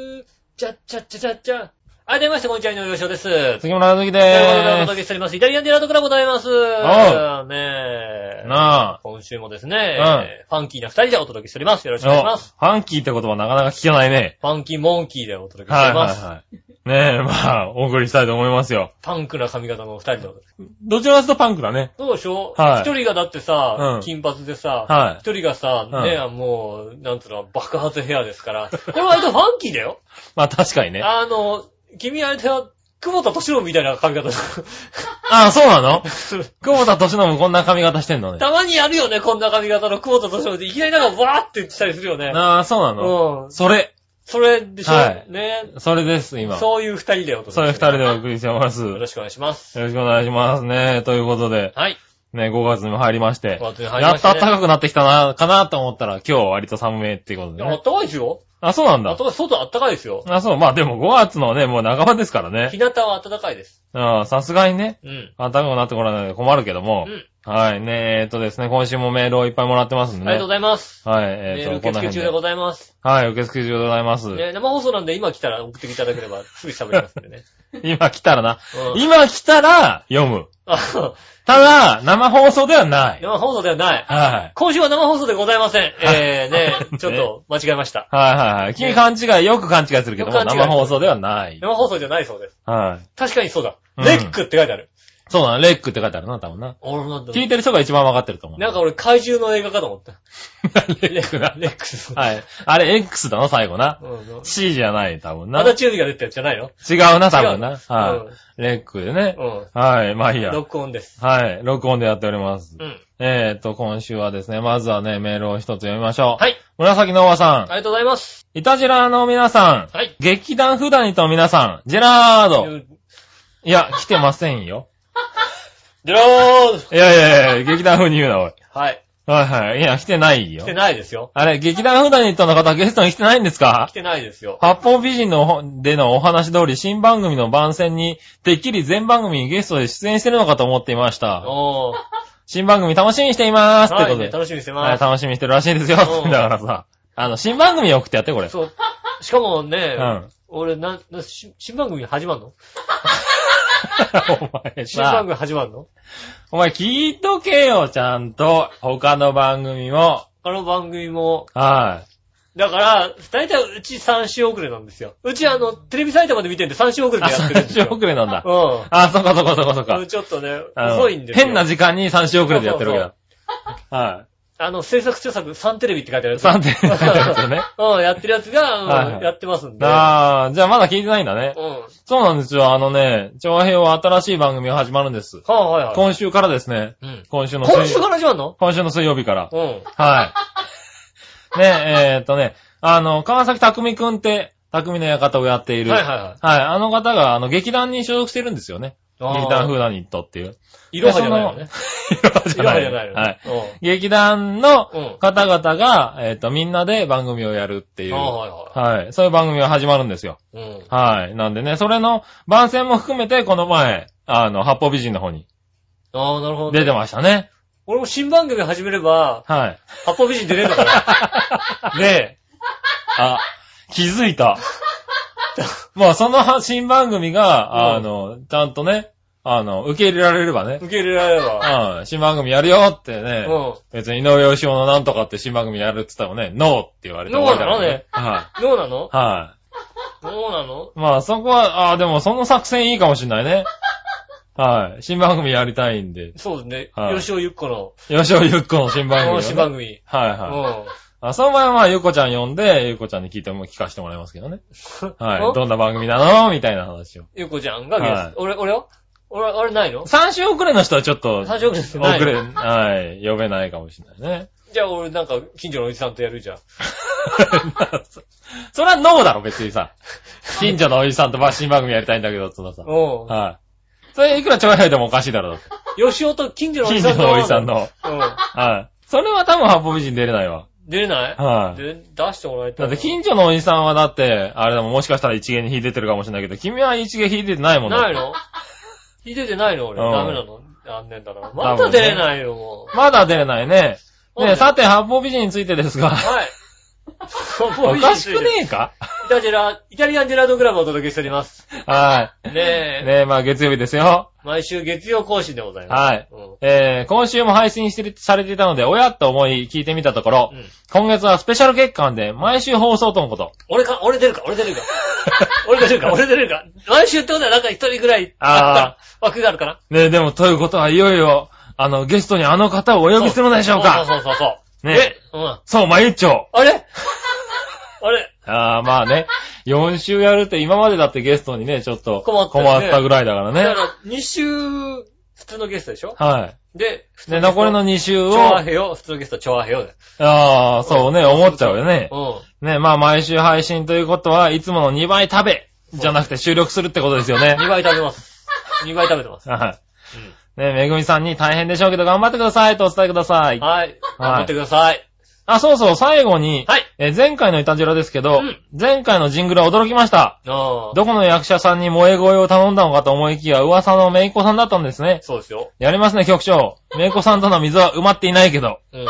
B: はい、どうもみなさん、こんにちは、井上洋です。という
C: 杉村和樹
B: こと
C: で
B: でお
C: ー
B: 届けしております。イタリアンジェラートクラブでございます。
C: お
B: ねえ
C: す。。なあ。
B: 今週もですね、えーファンキーな二人でお届けしております。よろしくお願いし
C: お
B: ま
C: フ
B: す。
C: ァンキーって言葉なかなか聞けないね。
B: ファンキーモンキーでお届けし
C: は
B: て
C: い
B: おりま
C: はい
B: す。
C: はい。ねえ、まあ、お送りしたいと思いますよ。
B: パンクな髪型の二人でお届け。
C: どちらかというとパンクだね。
B: そうでしょ
C: はい
B: 一人がだってさ、
C: うん
B: 金髪でさ、
C: はい
B: 一人がさ、
C: うん
B: ね、もう、なんつうの、爆発ヘアですから。これ割とファンキーだよ。
C: まあ確かにね。あ
B: あの、君あれだよ、久保田敏郎みたいな髪 型だ
C: あ、そうな の久保田敏信こんな髪型してんのね。
B: たまにやるよね、こんな髪型の久保田敏郎っていきなりなんかわーってしたりするよね。
C: ああ、そうなの。
B: うん。
C: それ、
B: それでしょ、
C: はい
B: ね。
C: それです、今。そ
B: そういう二人でお届け
C: ういう二人で
B: よ
C: お送りしてます。よ
B: ろ
C: ろ
B: しくお願いします。
C: しくお願いしますね。ということで、
B: はい。
C: ね、5月にも入りまして、
B: 5月に入り
C: や
B: ま
C: っ
B: した
C: 暖
B: ね
C: かくなってきたな、かなと思ったら、今日割と寒いっていうこと
B: い
C: で
B: やあ
C: ね
B: っ。たかいですよ。
C: あ、そうなん
B: あっ
C: だ
B: た。かい、外あったかいですよ。
C: あ、そう、まあでも5月のね、もう半ばですからね
B: 日。向は暖かいです。
C: ああさすがにね、
B: うん。
C: 暖かくなってこらないので困るけども
B: う。ん。
C: はい、ねえ、えっとですね、今週もメールをいっぱいもらってますん
B: あ
C: で
B: り
C: ね。
B: がとうございます。
C: はい、
B: メ
C: えっ
B: ール
C: と、こ
B: 受付
C: んな辺
B: 中
C: で
B: でございます。
C: はい、受付中でございます。
B: ね、生放送なんで今来たら送っていただければすぐ喋りますんでね。
C: 今来たらな。
B: うん
C: 今来たら読む。
B: あ
C: ただ、生放送ではない。
B: 生放送ではない。
C: はい。
B: 今週は生放送でございません。えー、ね、
C: ね
B: ちょっと間違えました。
C: はいはいはい。君勘違い、よく勘違いするけども、
B: よく勘違い
C: 生放送ではない。
B: 生放送じゃないそうです。
C: はい。
B: 確かにそうだ。
C: うん
B: レックって書いてある。
C: そうだな、レックって書いてあるな、多分な。
B: 俺なんだ
C: 聞いてる人が一番わかってると思う。
B: なんか俺怪獣の映画かと思った。
C: レックな。
B: レックス。
C: はい。あれ、X だな、最後な。
B: うん。
C: C じゃない、多分な。
B: ま
C: 違
B: だチューリが出てるやつじゃないの
C: うな、多分な。
B: うん
C: はい。レックでね。
B: うん。
C: はい、まあいいや。
B: 録音です。
C: はい、録音でやっております。
B: うん。
C: えーと、今週はですね、まずはね、メールを一つ読みましょう。
B: はい。
C: 紫のおばさ
B: ありがとうございます。
C: ん、いたじらの皆さん、
B: はい。
C: 劇団普段にと皆さん、ジェラード。
B: ジ
C: いや、来てませんよ。
B: ェラード
C: いやいやいや、劇団風に言うな、おい。
B: はい。
C: はいはい。いや、来てない
B: 来
C: よ
B: て。ないですよ。
C: あれ、劇団普段にとの方、ゲストに来てないんですか
B: 来てないですよ。
C: 八方美人のほでのお話通り、新番組の番宣に、てっきり全番組にゲストで出演してるのかと思っていました。
B: おー。
C: 新番組楽しみにしています。って
B: は
C: こ
B: い、
C: と
B: ね、
C: で。
B: 楽しみにして
C: は
B: ま
C: い、
B: す。
C: 楽しみにしてるらしいですよ。だ
B: うん
C: からさ、あの、新番組送ってやって、これ。
B: そう。しかもね、
C: うん
B: 俺、なん、なし新番組始まんの
C: お前
B: 新番
C: さ、
B: 組始まんの
C: お前聞いとけよ、ちゃんと。他の番組も。
B: あの番組も、
C: は
B: だから、大体うち3週遅れなんですよ。うちあの、テレビ埼玉で見てんで3週遅
C: い。
B: れ
C: あ、
B: でやってるん
C: 3
B: です
C: 週
B: よ。
C: 遅れなんだ。
B: う
C: あ、そこそこそこそこ
B: ん。。ちょっとね、
C: あの
B: 遅いんですよ。
C: 変な時間に3週遅れでやってるわけだ。は
B: あの、制作著作、サンテレビって書いてあるや
C: い。
B: つ。
C: 3点って書いてあるやつ よね。
B: うん、やってるやつが、うん
C: はいはい
B: やってますんで。
C: ああ、じゃあまだ聞いてないんだね
B: う。ん。は
C: そうなんですよ。あのね、長編は新しい番組が始まるんです。
B: あ、はいはい。
C: 今週からですね。
B: うん。
C: 今週の
B: 今週
C: 水
B: か、ら始まんの
C: 今週の水曜日から。
B: うん。
C: はい。 ね、えーっとね、あの、川崎匠くんって、匠の館をやっている。
B: はいはいはい。
C: はい、あの方が、あの、劇団に所属してるんですよね。
B: あー
C: 劇団フーダニットっ ていう。
B: いろはじゃないよね。
C: 色
B: いろはじゃないよね。
C: はい。劇団の
B: うん
C: 方々が、えっ、と、みんなで番組をやるってい
B: うん。
C: う。
B: ああ、
C: は。
B: はいはい
C: そういう番組が始まるんですよ。
B: い。うん。
C: はい。なんでね、それの番宣も含めて、この前、あの、八方美人の方に
B: ああ、なるほどね。
C: 出てましたね。
B: 俺も新番組始めれば、
C: はい。
B: 八方美人出れんのか な。
C: で、あ、気づい た。もうその新番組が、あ
B: うん
C: の、ちゃんとね、あの、受け入れられればね、
B: 受け入れられれば。
C: うん、新番組やるよって
B: う
C: ね
B: ん、。
C: 別に井上義雄のなんとかって新番組やるって言ったらね、ノーって言われて
B: ノー
C: 終わりからは
B: どうなの
C: い。は
B: どうなの
C: い。まあそこは、ああ、でもその作戦いいかもしんないね。はい。新番組やりたいんで。
B: そうです
C: は
B: ね。
C: い
B: 吉尾ゆっこの、
C: 吉尾ゆっこの新番組、
B: この
C: ね。
B: 新番組。
C: はいうはい。
B: ん。
C: あ、その前はまあ、ゆうこちゃん呼んで、ゆうこちゃんに聞いても聞かせてもらいますけ どね。は
B: お
C: い。どんな番組なのみたいな話を。
B: ゆうこちゃんがゲスト、
C: はい
B: 俺、俺は俺、あれないの
C: 3週遅れの人はちょっと、
B: 三週遅れ
C: 遅
B: じゃない
C: れ、はい、呼べないかもしれないね。
B: じゃあ俺なんか、近所のおじさんとや るじゃん。
C: そ それはノーだろ、別にさ。近所のおじさんとバッシン番組やりたいんだけど、つうのさ。
B: うん。
C: はい。それいくらちょい早いでもおかしいだろ。
B: 吉尾と近所のお
C: 近
B: じさ
C: 所
B: ん
C: の
B: と。
C: おじさん。の。
B: うん。
C: はい。それは多分八方美人出れないわ。
B: 出れない
C: はい。
B: で出してもらいた
C: だ
B: い。
C: って近所のおじさんはだって、あれだもん、もしかしたら一芸に引いてってるかもしれないけど、君は一芸引いててないもんだって
B: ないの聞いててないの俺。
C: うん
B: ダメなの残念だな。まだ出れないよ、も
C: まだ出れないね。
B: そうだ
C: ね
B: よ
C: さて、八方美人についてですが
B: う。、はい。
C: おかしくねえか
B: イタジェラ、イタリアンジェラードクラブをお届けしております。
C: は
B: ね
C: い。
B: え。
C: ねえ、まあ月曜日ですよ。
B: 毎週月曜更新でございます。
C: はい。
B: うん。
C: えー、今週も配信してるされていたので、おやと思い聞いてみたところ、
B: うん
C: 今月はスペシャル月間で毎週放送とのこと。
B: 俺か、俺出るか、俺出るか。俺出るか、俺出るか。毎週ってことはなんか一人ぐらい、
C: あ
B: 枠があるかな。
C: ねえ、でも、ということはいよいよ、あの、ゲストにあの方をお呼びするのでしょう
B: そ
C: か。
B: うそうそうそう。
C: ね
B: え、うん。
C: そう、まゆっちょ。
B: あれあれ
C: ああ、まあね。4週やるって今までだってゲストにね、ちょっと
B: 困ったよね
C: 困ったぐらいだから
B: だか
C: ね。
B: ら、2週、普通のゲストでしょ
C: は
B: で、普
C: い。
B: 通
C: で、残りの
B: ゲ
C: 2週
B: ス
C: を
B: ト、、調和平よ、普通のゲスト、調和平よだよ。
C: ああ、そうね、思っちゃうよね。
B: うん。
C: ね、まあ毎週配信ということはいつもの2倍食べじゃなくて収録するってことですよね。
B: 2倍食べます。2倍食べてます。
C: はい。ね、めぐみさんに大変でしょうけど頑張ってくださいとお伝えください。
B: はい。頑張ってください。
C: あ、そうそう、最後に、
B: はい。
C: えー前回のイタジラですけど、
B: うん
C: 前回のジングルは驚きました。
B: ああ。
C: どこの役者さんに萌え声を頼んだのかと思いきや噂のめいこさんだったんですね。
B: そうですよ。
C: やりますね、局長。めいこさんとの水は埋まっていないけど。
B: うん。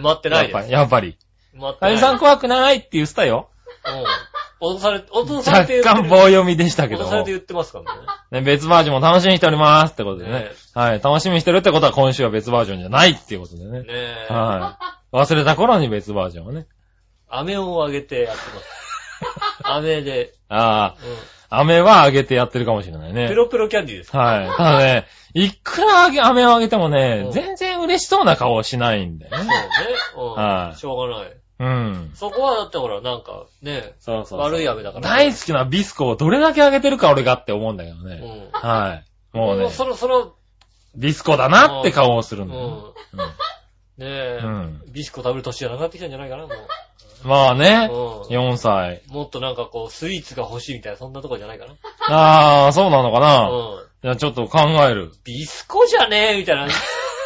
B: 埋まってな
C: やっ
B: いで
C: ぱり、
B: す。
C: やっぱり。
B: 埋まって
C: カ
B: ない。
C: ニさん怖くないって言ってたよ。
B: うん。脅され、脅され
C: 若
B: て言って
C: 干
B: る
C: 棒読みでしたけど
B: 脅され
C: も
B: て。言ってますからね。
C: ね、別バージョンも楽しみにしておりますってことでね。
B: ね
C: はい。楽しみにしてるってことは今週は別バージョンじゃないっていうことでね。
B: ねえ。
C: はい。忘れた頃に別バージョンをね。
B: 飴をあげてやって ます。飴で、
C: あ
B: うん。
C: あ、飴はあげてやってるかもしれない
B: ペ
C: ね。
B: ロペロキャンディーです。
C: はい。ただね、いくらあげ飴をあげてもね
B: う、ん
C: 全然嬉しそうな顔をしないんだよ
B: そう
C: ね。
B: ね。うん。
C: はい
B: しょうがない。
C: うん。
B: そこはだってほら、なんか、ね
C: そうそう。
B: 悪い飴だから。
C: 大好きなビスコをどれだけあげてるか俺がって思うんだけど
B: う
C: ね。
B: ん。
C: はい。も
B: も
C: うね
B: う、そろそろ、
C: ビスコだなって顔をする
B: うんん
C: だよ。。
B: ねえ
C: う、ん
B: ビスコ食べる年じゃなくなってきたんじゃないかな、もう。
C: まあね、
B: うん
C: 4歳。
B: もっとなんかこう、スイーツが欲しいみたいな、そんなとこじゃないかな。
C: ああ、そうなのかな、
B: うん。
C: いや、ちょっと考える。
B: ビスコじゃねえみたいな。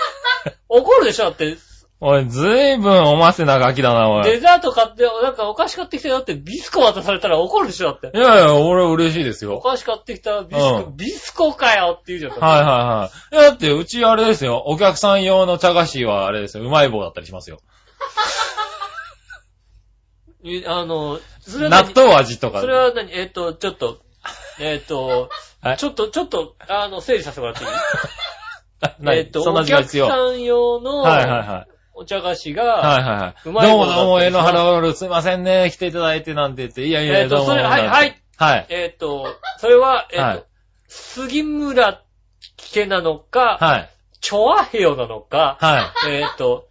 B: 怒るでしょだって、
C: おい、ずいぶんおませなガキだな、おい。
B: デザート買って、なんかお菓子買ってきたよだって、ビスコ渡されたら怒るでしょだって
C: い。やいや、俺嬉しいです
B: お
C: よ。
B: 菓子買ってきたビスコ、
C: う
B: ビスコかよって言うじゃん。
C: はいはいはい。いや、だって、うちあれですよ。お客さん用の茶菓子はあれですよ。うまい棒だったりしますよ。
B: い。あの、それは
C: 納
B: 何
C: 豆味とか。
B: それは何えっ、と、ちょっと、えっ、と、
C: はい
B: ちょっと、ちょっと、あの、整理させてもらっていい
C: ない
B: えっと、
C: そんな
B: お
C: 味が
B: 客
C: 必要。はい
B: さん用の
C: はいはい。
B: お茶菓子
C: はい
B: が、
C: はいは
B: う
C: い。
B: まい
C: ど
B: 棒
C: うも
B: だったり
C: どうも、江ノ原オール、すいませんね、来ていただいてなんて言って、いやいや
B: えー
C: いや、
B: と
C: どうも。
B: それはいはい。
C: はい。
B: えっ、と、それは、えっ、と、
C: はい
B: 杉村家なのか、
C: はい。
B: チョアヘヨなのか、
C: はい。
B: えっ、と、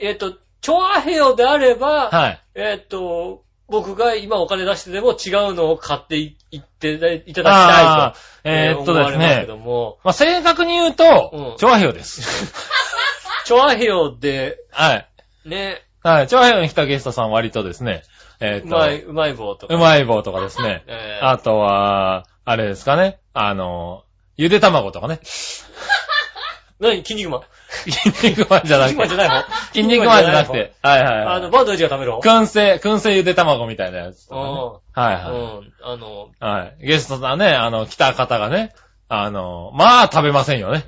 B: えっ、と、チョアヘヨであれば、
C: はい。
B: えっ、と、僕が今お金出してでも違うのを買っていいっていただきたい
C: あ
B: と。
C: ーえーっとです
B: 思われますけ
C: ね。
B: ども、
C: まあ、正確に言う
B: うん
C: と、調和表です。
B: チョアヘヨで、
C: はい。
B: ね、
C: はい。長編に来たゲストさん割とですね、え
B: う
C: っ、
B: まい、
C: と、
B: うまい棒とか。
C: うまい棒とかですね。
B: えー
C: あとは、あれですかね。あの、ゆで卵と かね。
B: 何筋肉マン。
C: 筋肉マンじゃな
B: 筋
C: く
B: 肉マンじゃ
C: て。
B: ないの
C: 筋肉マンじゃなくて。。はいはいはい。
B: あの、バンドエイジが食べる方。
C: 燻製、燻製ゆで卵みたいなやつとかね、はいはい。
B: うん。あの、
C: はい。ゲストさんね、あの、来た方がね、あの、まあ食べません よね。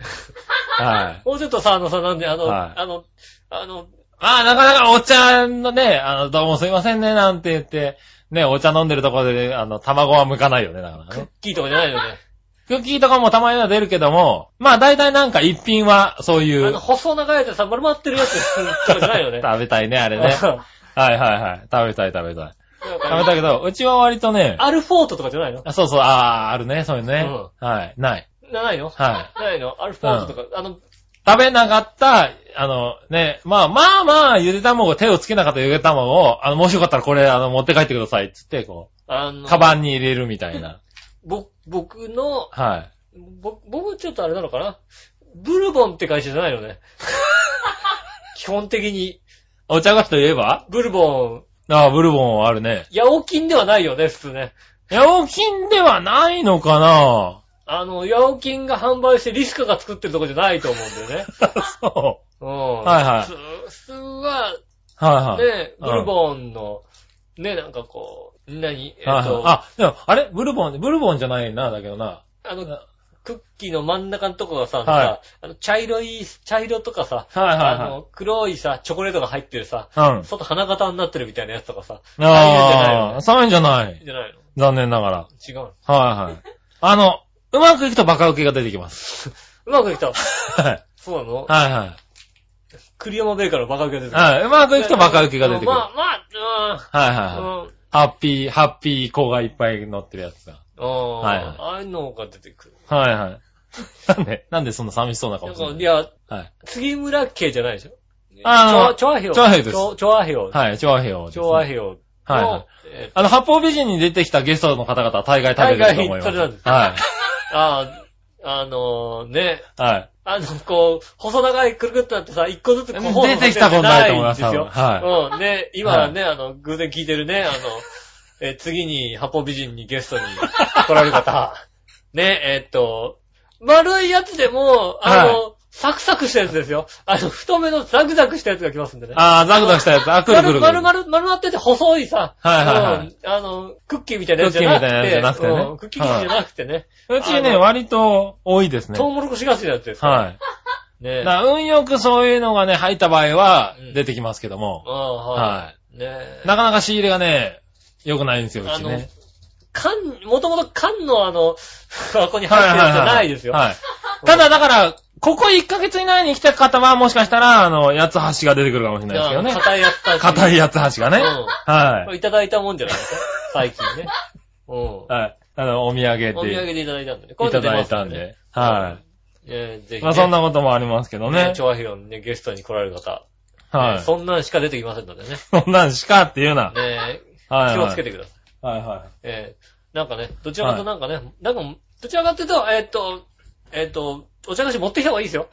C: はい。
B: もうちょっとさ、あのさ、なんで、あの、
C: はい
B: あの、あの、
C: まあなかなかお茶のね、あの、どうもすいませんね、なんて言って、ね、お茶飲んでるところで、あの、卵は剥かないよね、なかなか
B: クッ
C: ね。
B: キーとかじゃないよね。
C: クッキーとかもたまには出るけども、まあ大体なんか一品は、そうい
B: あ
C: う
B: の、、細長いやつでさ、丸まってるやつとかじゃないよ ね。
C: 食べたいね、あ れね。はいはいはい。食べたい食べたい。
B: なん
C: 食べ
B: か
C: たいけど、うちは割とね、
B: アルフォートとかじゃないの
C: あそうそう、あー、あるね、そういうね。
B: う
C: はい。ない。
B: なないの
C: はい。
B: ないのアルフォートとか、あの、
C: 食べなかった、あの、ね、まあまあまあ、ゆで卵、手をつけなかったゆで卵を、あの、もしよかったらこれ、あの、持って帰ってください、つって、こ
B: あ
C: う、
B: の、
C: カバンに入れるみたいな。
B: ぼ僕の、
C: はい。
B: ぼ僕ちょっとあれなのかなブルボンって会社じゃないよ ね。基本的に、
C: お茶菓子といえば
B: ブルボン、
C: ああ、ブルボンはあるね。
B: ヤオキンではないよね、普通ね。
C: ヤオキンではないの かな
B: あの、ヤオキンが販売してリスカが作ってるとこじゃないと思うんだよね。
C: そ
B: うん。
C: はいはい
B: 普通普通は、
C: う。はいはい。
B: ね、
C: う
B: ブ
C: ん
B: ルボンの、ね、なんかこう、何えっ
C: はいはい
B: と、あ
C: あ、でも、あれブルボン、ブルボンじゃないな、だけどな。
B: の、クッキーの真ん中のとこがさ、
C: はい
B: なんかあの茶色い、茶色とかさ、
C: はい
B: あ
C: は
B: の、黒いさ、チョコレートが入ってるさ、
C: いはい。うん。
B: 外花形になってるみたいなやつとかさ、
C: ああ、そういうんじゃない。
B: じゃないの
C: 残念ながら。
B: 違うの
C: はいはい。あの、うまくいくとバカウケが出てきます。
B: うまくい った。
C: はい。
B: そうなの
C: はいはい。
B: 栗山ベーカーのバカ受け出てくる。
C: はい。うまくいくとバカウケが出てくる。
B: まあ、ま
C: はいはい
B: あ、う
C: はい。
B: ん。うん。
C: ハッピー、ハッピー子がいっぱい乗ってるやつだ。はいはい
B: ああ、ああいうのが出てくる。
C: はいはい。なんで、なんでそんな寂しそうな
B: な
C: 顔
B: ん
C: する
B: か、
C: の
B: いや、
C: はい。
B: 杉村家じゃないでしょ
C: あー
B: チョアヘオ。
C: チョアヘオです
B: チョチョアヘオ。
C: はい、調和兵を、
B: チョアヘオ。
C: はいはい。
B: え
C: あの、八方美人に出てきたゲストの方々は大概食べてると思い
B: 大概
C: ます。
B: それなんです
C: は
B: ーああ、あのー、ね、
C: い。はい。
B: あの、こう、細長いくるくるってなってさ、一個ずつこう、包
C: 出てきたことないと思います
B: 包んで
C: 多分
B: ないんですよ。うん。ね、今ね、あの、偶然聞いてるね、あの、えー、次に、ハポ美人にゲストに来られる方。ね、えーっと、丸いやつでも、あの、サクサクしたやつですよ。あの、太めのザクザクしたやつが来ますんでね。
C: あー、ザクザクしたやつ。あ、くるくるくる。
B: 丸丸丸丸まってて細いさ。
C: はいはいはい
B: うんあの、クッキーみたいなやつじゃなくて。
C: クッキーみたいなやつじゃなくてね
B: うんクッキーじゃなくてね。
C: うち
B: あ
C: ね、
B: の
C: 割と多いですね。
B: トウモロコシガスのやつですから。
C: はい。
B: い。ね
C: だから運よくそういうのがね、入った場合は
B: うん
C: 出てきますけども。
B: ああは。
C: はい
B: ね
C: い。なかなか仕入れがね、良くないんですよ、う
B: あ
C: ち
B: の
C: ね。、
B: 缶、もともと缶のあの、箱に入ってるやつじゃないですよ。
C: はい。ただだから、ここ1ヶ月以内に来た方はもしかしたら、あの、八つ橋が出てくるかもしれないですけど
B: あ
C: ね
B: の。硬いやつたち。
C: 硬い八つ橋がね。
B: う
C: は
B: ん。いただいたもんじゃないですか。最近ね。うん。
C: い。はい。あの、お土産
B: お
C: で
B: 土産
C: い
B: でいただいたんでね。
C: ただ
B: こう
C: いたん
B: いうの出
C: で。
B: ますからね。
C: は
B: えーぜ
C: い。
B: ひ。
C: まあそんなこともありますけど
B: ね
C: ね。。
B: 調和費用ね、ゲストに来られる方。
C: はい。そ
B: そんなんしか出てきませんのでね。
C: んなんしかっていうな。
B: ね
C: はい。
B: 気をつけ
C: て。
B: てください。
C: はいは
B: えーなんかね、どちらかとなんかね、なんか、どちらかというと、えーっと、えーっと、お茶菓子持ってきた方がいいですよ。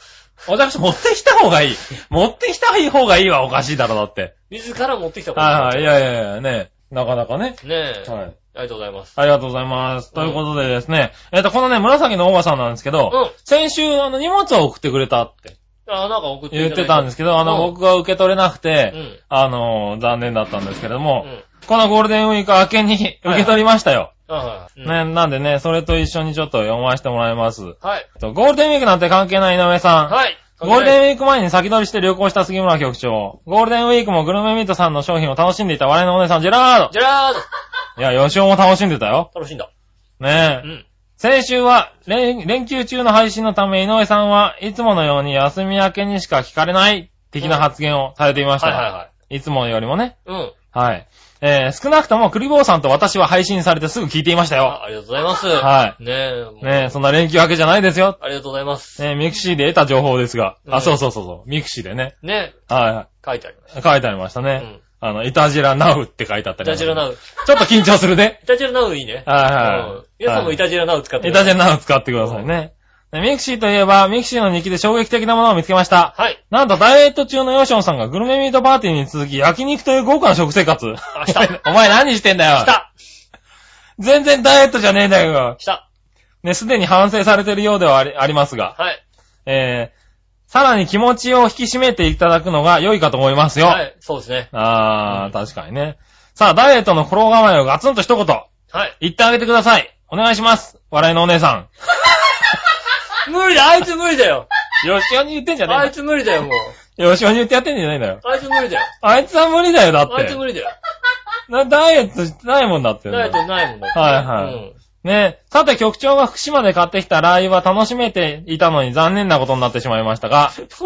C: い。お茶菓子持ってきた方がいい。持ってきた方がいいはおかしいだろ、だって。
B: 自ら持ってきた方が
C: はいはい。いやいやいや、ね。なかなかね。
B: いい。ねえ、
C: は
B: あ
C: い。
B: りがとうございます。
C: ありがとうございます。ということでですね。えっと、このね、紫のおばさんなんですけど、
B: うん
C: 先週、あの、荷物を送ってくれたって
B: あ、なんか送ってい
C: 言った
B: だ
C: て
B: い
C: たんですけど、あの、
B: うん
C: 僕が受け取れなくて、
B: うん
C: あの、残念だったんですけれども、
B: うん。
C: このゴールデンウィーク明けに受け取りましたよ。
B: あはい。うん。
C: ね、なんでね、それと一緒にちょっと読ませてもらいます。
B: はい。
C: とゴールデンウィークなんて関係ない井上さん。
B: はい。
C: ゴールデンウィーク前に先取りして旅行した杉村局長。ゴールデンウィークもグルメミートさんの商品を楽しんでいた我々のお姉さん、ジェラー
B: じゃあ、
C: ド。いや、吉尾も楽しんでたよ。
B: 楽しいんだ。
C: ね
B: う
C: え。
B: ん。
C: 先週は連、連休中の配信のため、井上さんはいつものように休み明けにしか聞かれない的な発言をされていました。
B: はいはい
C: つもよりもね。
B: いはい。うん。
C: はい。えー、少なくともクリボーさんと私は配信されてすぐ聞いていましたよ。
B: あありがとうございます。。
C: はい
B: ねえ、もう
C: ねえ、そんな連休明けじゃないですよ。
B: ありがとうございます。
C: ねえ、ミクシーで得た情報ですが。
B: うん
C: あ、そうそうそうそう。ミクシーでね。
B: ねえ、
C: はいは
B: 書いてあります。
C: い。書いてありました
B: う
C: ね。
B: ん。
C: あの、イタジラナウって書いてあった
B: イ
C: り。
B: タジラナ
C: ウ。
B: ウ。
C: ちょっと緊張するね。
B: イタジラナウいいね。
C: はいはい
B: うん皆さんもイタジラナウ使って
C: イタジラナウ使ってくださいね。でミクシーといえば、ミクシーの日記で衝撃的なものを見つけました。
B: はい。
C: なんとダイエット中のヨションさんがグルメミートパーティーに続き焼肉という豪華な食生活。
B: 来た
C: お前何してんだよ。
B: 来た
C: 全然ダイエットじゃねえんだよ。
B: 来た
C: ね、すでに反省されてるようではありありますが、
B: はい。
C: えー、さらに気持ちを引き締めていただくのが良いかと思いますよ。
B: はい。そうですね。
C: あー、
B: うん
C: 確かにね。さあ、ダイエットの心構えをガツンと一言、
B: はい。
C: 言ってあげてください。お願いします。笑いのお姉さ
B: 無理だあいつ無理だよ
C: ん。よしおに言ってんじゃ
B: あ
C: ね
B: いつ無理だよ、もう。
C: えよしおに言ってやってんじゃないんだよ。
B: あいつ無理だ よ。
C: あいつは無理だよ、だっ
B: あいつ
C: て。
B: 無理だよ。
C: なダイエットしてないもんだって。
B: ダイエットないもんだって
C: はいはい
B: うん
C: ねえ。さて、局長が福島で買ってきたラー油は楽しめていたのに残念なことになってしまいまし たが、そ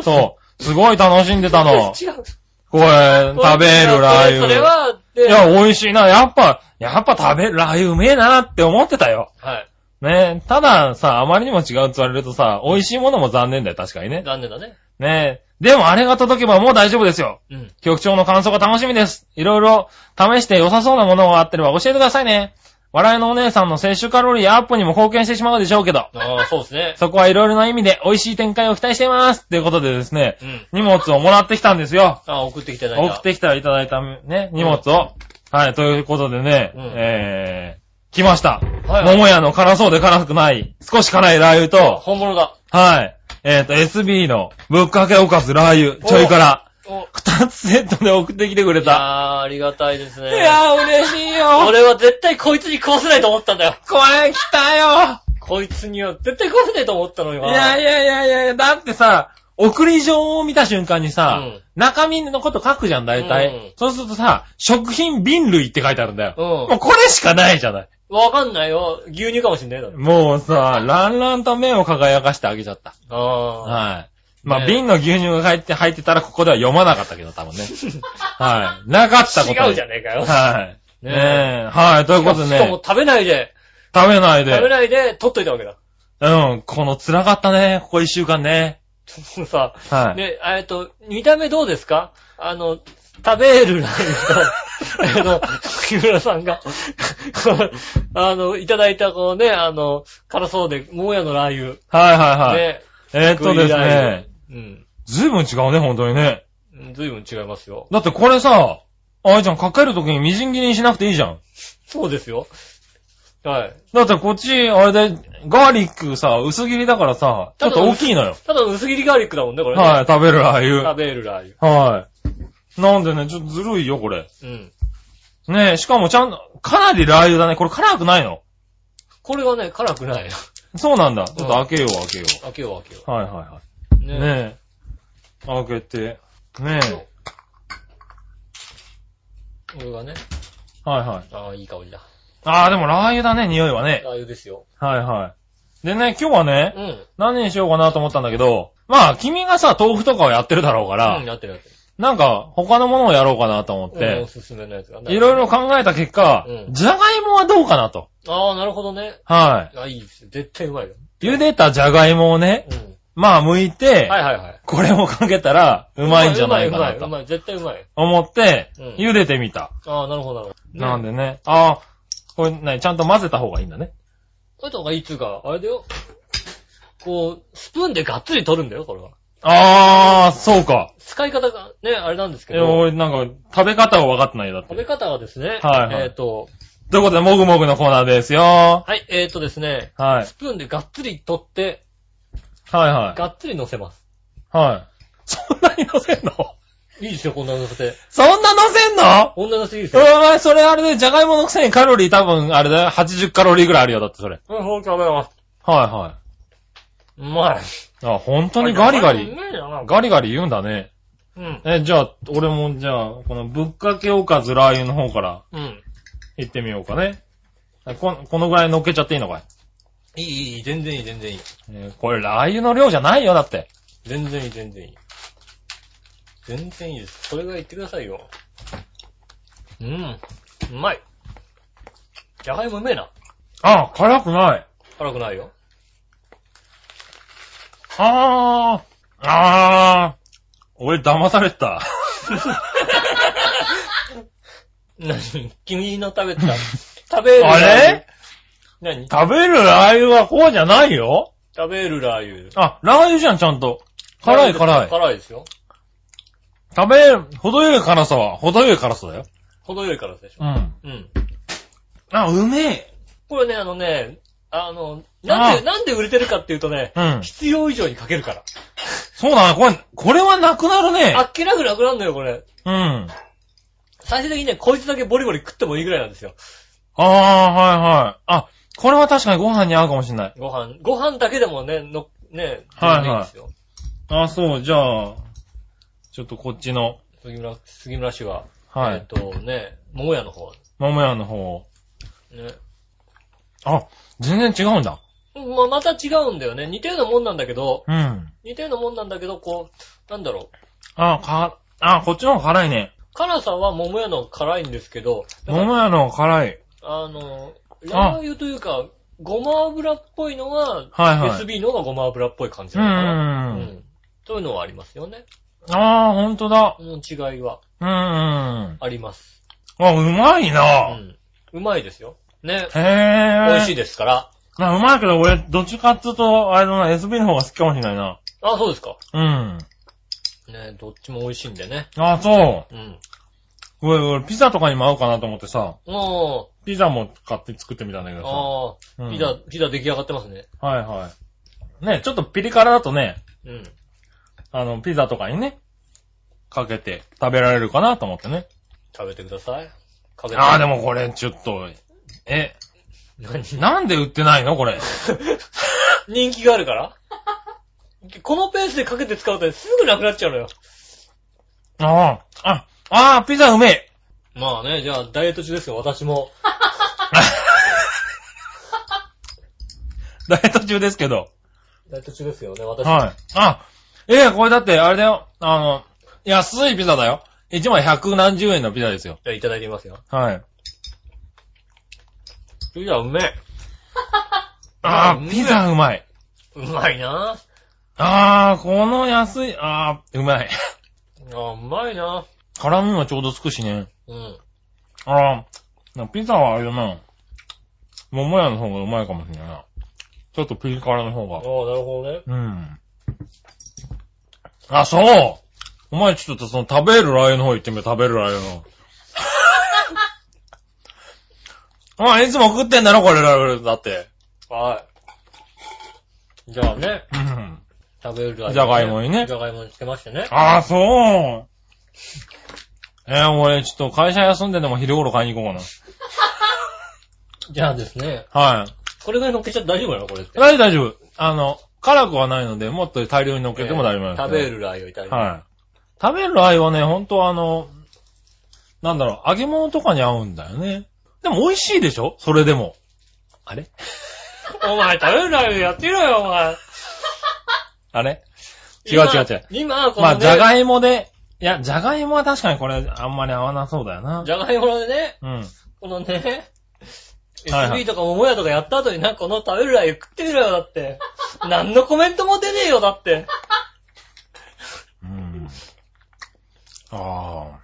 C: う。すごい楽しんでたの。
B: 違う。
C: これ、食べるラー油。
B: それは、で、
C: いや、美味しいな。やっぱ、やっぱ食べ、ラー油うめえなって思ってたよ。
B: はい。
C: ねえ。たださ、あまりにも違うって言われるとさ、美味しいものも残念だよ、確かにね。
B: 残念だね。
C: ねえ。でもあれが届けばもう大丈夫ですよ。
B: うん。
C: 局長の感想が楽しみです。いろいろ試して良さそうなものがあってれば教えてくださいね。笑いのお姉さんの摂取カロリーアップにも貢献してしまうでしょうけど、
B: ああ、そうですね。
C: そこはいろいろな意味で美味しい展開を期待しています。ということでですね、
B: うん。
C: 荷物をもらってきたんですよ。
B: ああ、送ってきていただい
C: 送
B: た。
C: ってきたらいただいたね、荷物を。はい、ということでね、
B: うん
C: えー、来ました。
B: はい
C: 桃屋の辛そうで辛くない、少し辛いラー油と、
B: 本物だ。
C: はい、えーと、SB のぶっかけおかずラー油、ちょい辛。
B: お。い
C: 二つセットで送ってきてくれ
B: や
C: た。
B: ー、ありがたいですね。
C: いやー、嬉しいよ。
B: 俺は絶対こいつに壊せないと思ったんだよ。
C: これ来たよ。
B: こいつには絶対壊せないと思ったのよ。
C: いやいやいやいやいや、だってさ、送り状を見た瞬間にさ、
B: うん
C: 中身のこと書くじゃん、大体。
B: うん
C: そうするとさ、食品瓶類って書いてあるんだよ。もう
B: う
C: これしかないじゃない。
B: ん。わかんないよ。牛乳かもしんないだろ。
C: もうさ、ランランと目を輝かしてあげちゃった。
B: ああ。
C: はい。まあ、
B: ねえ
C: 瓶の牛乳が入って、入ってたらここでは読まなかったけど、多分ね。 はい。なかったことに。
B: 違うじゃねえかよ。
C: はい。
B: ね
C: ね
B: え
C: え。はい。ということで
B: しかも
C: ね、
B: 食べないで、
C: 食べない
B: 食べ
C: で。
B: ないで取っといたわけだ。
C: うん。この辛かったね、ここ一週間ね。
B: そのさ、
C: はい。
B: ね、えっと、見た目どうですかあの、食べる ラインと、あの、木村さんが、 あの、いただいたこのね、あの、辛そうで、もうやのラー
C: はいはい
B: 油。
C: はい。
B: ね、
C: えーっとで
B: グ
C: す
B: リーンラ
C: ね、
B: うん。
C: ずいぶん違うね、本当にね。
B: うんずいぶん違いますよ。
C: だってこれさ、あいちゃんかけるときにみじん切りにしなくていいじゃん。
B: そうですよ。はい。
C: だってこっち、あれで、ガーリックさ、薄切りだからさ、ちょっと大きいのよ。
B: ただの薄切りガーリックだもんね、これね。
C: はい、食べるラー
B: 食べるラー油。
C: 油。はい。なんでね、ちょっとずるいよ、これ。
B: うん。
C: ねえ、しかもちゃんと、かなりラー油だね。これ辛くないの
B: これはね、辛くない。
C: そうなんだ。ちょっと開けよう、開けよ
B: 開けよう開けよ
C: う。はいはいは
B: う。ね
C: い。ねえ。開けて。ねえ。
B: これがね、
C: はいはい。
B: ああ、いい香りだ。
C: ああ、でもラー油だね、匂い
B: ラ
C: は
B: ー
C: ね。
B: 油ですよ。
C: はいはい。でね、今日はね、
B: うん。
C: 何にしようかなと思ったんだけど、まあ、君がさ、豆腐とかをやってるだろうから、
B: うん、なってるなってる。
C: なんか、他のものをやろうかなと思っ
B: うんお
C: て、
B: すすめのやつが。
C: いろいろ。考えた結果
B: う、ん
C: じゃがいもはどうかなと。
B: ああ、なるほどね。
C: は
B: あいいですよ。絶対うまいよ。
C: い。茹でたじゃがいもをね、
B: うん。
C: まあ、剥いて、
B: はいはいはい。
C: これをかけたら、うまいんじゃないうか
B: まいうま
C: な
B: いう
C: と
B: まい。絶対うまい。
C: 思って
B: うん、
C: 茹でてみた。
B: ああ、なるほどなるほど。
C: なん
B: で
C: でね、ああ、これね、ちゃんと混ぜた方がいいんだね。
B: そういうとこがいいっつうか、あれだよ。こう、スプーンでがっつり取るんだよ、これは。
C: ああ、そうか。
B: 使い方が、ね、あれなんですけ
C: え、
B: ど。
C: 俺なんか、食べ方を分かってないよ、だって
B: 食。べ方はですね、
C: はいはい
B: えっと、
C: ということで、もぐもぐのコーナーですよ。
B: はい、えっとですね、
C: はい。
B: スプーンでがっつり取って、
C: はいはい。
B: がっつり乗せます。
C: はい。そんなに乗せんの
B: いいですよ、こんなの乗せて。
C: そんな乗せんの
B: こんな乗せていいです
C: お
B: よ。
C: 前、それあれで、じゃがいものくせにカロリー多分、あれだよ、80カロリーぐらいあるよ、だってそれ。
B: うん、ほんと食べます。
C: はいは
B: うまい。
C: い。あ、本当にガリガ
B: う
C: リ。
B: まいななんか
C: ガリガリ言うんだね。
B: うん。
C: え、じゃあ、俺も、じゃあ、このぶっかけおかずラー油の方から
B: うん。
C: 行ってみようかね。あこんこのぐらい乗っけちゃっていいのかい、
B: いい、いいいい、全然いい、全然いい。
C: えーこれラー油の量じゃないよ、だって。
B: 全然いい、全然いい。全然いいです。それぐらい言ってくださいよ。うん。うまい。じゃがいもうめえな。
C: あ、辛くない。
B: 辛くない よ。
C: あー、あー、俺騙されてた。
B: 何君の食べた。食べる。
C: あれ
B: 何
C: 食べるラー油はこうじゃないよ
B: 食べるラー油。
C: あ、ラー油じゃん、ちゃんと。辛い辛い。
B: 辛いですよ。
C: 食べる、程よい辛さは、程よい辛さだよ。
B: 程よい辛さでし
C: う
B: ょ。
C: ん。
B: うん。
C: あ、うめえ。
B: これね、あのね、あの、なんで、なんで売れてるかっていうとね、
C: うん。
B: 必要以上にかけるから。
C: そうだな、これ、これはなくなるね。
B: あっけなくなくなるんだよ、これ。
C: うん。あ
B: 最終的にね、こいつだけボリボリ食ってもいいぐらいなんですよ。
C: あー、はいはい。あ、これは確かにご飯に合うかもしんない。
B: ご飯。ご飯だけでもね、の、ね、
C: はいはい
B: いんですよ。
C: あ、そう、じゃあ、ちょっとこっちの、
B: 杉村、杉村氏は。
C: は
B: えっ
C: い、
B: とね、桃屋の方。
C: 桃屋の方を。
B: ね。
C: あ、全然違うんだ。
B: まあ、また違うんだよね。似たようなもんなんだけど、
C: うん。
B: 似たようなもんなんだけど、こう、なんだろう。
C: あ、か、あ、こっちの方が辛いね。
B: 辛さは桃屋の辛いんですけど、だから
C: 桃屋の方が辛い。
B: あの、ラー油というか、ごま油っぽいのは、
C: はいはい。
B: SB の方がごま油っぽい感じ
C: う。
B: なのかな。うんそういうのはありますよね。
C: ああ、ほんとだ。
B: うん違いは
C: うん。あ、
B: あります。
C: うまいうな。
B: ん。うまいですよ。ね。
C: へえ。
B: 美味しい
C: い。
B: ですから。
C: な、うまいけど俺、どっちかっつうと、あれだな、SB の方が好きかもしれないな。
B: あ、そうですか。
C: うん。
B: ね、どっちも美味しいんでね。
C: あ、そう。
B: うん。
C: これ、俺、ピザとかにも合うかなと思ってさ、
B: も
C: ピザも買って作ってみたんだけ
B: う、
C: どさ。
B: ああ、
C: うん
B: ピザ、ピザ出来上がってますね。
C: はいはい。ね、ちょっとピリ辛だとね、
B: うん。
C: あの、ピザとかにね、かけて食べられるかなと思ってね。
B: 食べてください。食べて
C: ああ、で。もこれちょっと、え、
B: 何
C: なんで売ってないのこれ。
B: 人気があるからこのペースでかけて使うとすぐなくなっちゃうのよ。
C: ああ、あ、ああ、ピザうめえ。
B: まあね、じゃあダイエット中ですけど、私も。
C: ダイエット中ですけど。
B: ダイエット中ですよね、私。
C: はい。あ、ええこれだって、あれだよ。あの、安いピザだよ。1枚100何十円のピザですよ。
B: じゃあいただいてみますよ。
C: はい。
B: ピザうめえ。
C: あ
B: う
C: あ
B: ん、
C: ピザうまい。
B: うまいな
C: ああ、この安い、ああ、うまい。
B: あ、うまいな
C: 辛みもちょうどつくしね。
B: うん。
C: ああ、ピザはあれだな。桃屋の方がうまいかもしれないな。ちょっとピリ辛の方
B: ああ、な
C: が。
B: るほどね。
C: うん。あ、そうお前ちょっとその食べるラー油の方行ってみよう、食べるラー油の。 お前いつも食ってんだろ、これラー油だって。
B: はい。じゃあね、
C: うん。
B: 食べる間
C: じゃがいもにね
B: じゃがいもにつけましてね。
C: ああ、そうえー、俺ちょっと会社休んででも昼頃買いに行こうか
B: じゃあですね、
C: な。はい。
B: これぐらい乗っけちゃって大丈夫なのこれって。
C: 大丈夫、大丈夫。あの、辛くはないので、もっと大量に乗っけても大丈夫なんですよ
B: 食べるラー油いただきます。
C: はい。食べるラー油はね、ほんとあの、なんだろう、揚げ物とかに合うんだよね。でも美味しいでしょそれでも。あれ
B: お前食べるラー油やってろよ、お前。
C: あれ違う違う違う。
B: 今、今こ
C: ま
B: の
C: あ、
B: ね、
C: じゃがいもで、いや、じゃがいもは確かにこれあんまり合わなそうだよな
B: じ。ゃがいもでね、
C: うん。
B: このね、
C: はいはい
B: SB とか桃屋とかやった後にな、この食べるラー油食ってみろよ、だって。何のコメントも出ねえよ、だ って。
C: うん。ああ。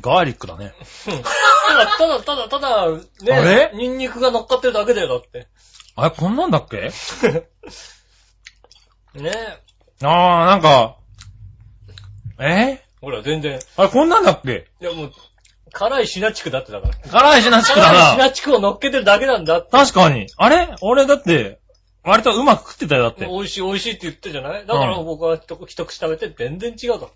C: ガーリックだね。
B: ただ、ただ、ただ、ただ、
C: あ
B: ね
C: れ、
B: ニンニクが乗っかってるだけだよ、だ って。
C: あれ、こんなんだっけ
B: ね
C: ああ、なんか、え
B: ほら、全然。
C: あれ、こんなんだっけ
B: いや、もう、辛いシナチクだってだ から。
C: 辛いしなちくだな。
B: 辛いシナチクを乗っけてるだけなん だって。
C: 確かに。あれ俺だって、割とうまく食ってたよ、だって。
B: 美味しい、美味しいって言ってじゃないだから僕は一口一口食べて全然違うと。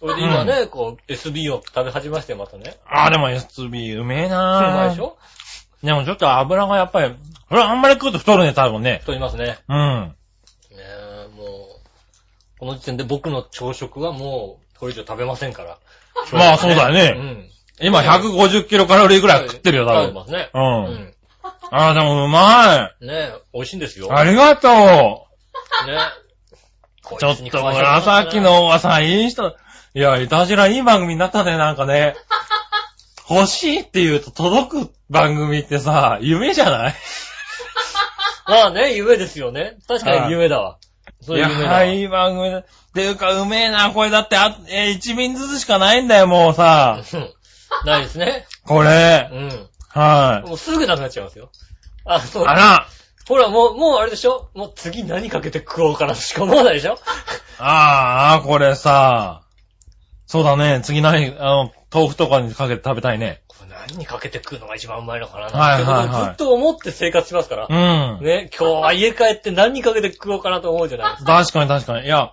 B: それで今ね、こう、SB を食べ始めまして、またね。
C: ああ、でも SB うめえ
B: う
C: な
B: まいでしょ
C: でもちょっと油がやっぱり、これあんまり食うと太るね、多分ね。
B: 太りますね。
C: うん。
B: ねえ、もう、この時点で僕の朝食はもう、これ以上食べませんから。
C: まあそうだよ
B: う
C: ね。
B: ん。
C: 今150キロカロリーぐらい食ってるよ、多
B: 食べ
C: 分。
B: ますね。
C: う。
B: うんん。
C: ああ、でもうまい。
B: ねえ、美味しいんですよ。
C: あ
B: ね
C: りがと
B: こ
C: う。
B: い
C: ちょっ
B: つに
C: と
B: 食わせたくなったな
C: 紫。のおばさん、いい人。いや、いたじらいい番組になったね、なんかね。欲しいって言うと届く番組ってさ、夢じゃない
B: まあね、夢ですよね。確かに夢だわ。そう
C: い
B: いう
C: や、
B: 夢だ
C: は
B: わ。
C: い、いい番組だ。っていうか、うめえな、これだって、あ、えー、一瓶ずつしかないんだよ、もうさ。
B: うんないですね。
C: これ。
B: うん。
C: はい。
B: もうすぐなくなっちゃいますよ。あの、
C: あら
B: ほら、もう、もうあれでしょもう次何かけて食おうかなしか思わないでしょ
C: あーあー、これさ、そうだね。次何、あの、豆腐とかにかけて食べたいね。
B: これ何にかけて食うのが一番うまいのかな
C: は
B: ないんて
C: はいはい
B: ことをずっと思って生活しますから
C: う。ん。
B: ね、今日は家帰って何にかけて食おうかなと思うじゃないですか。
C: 確かに確かに。いや、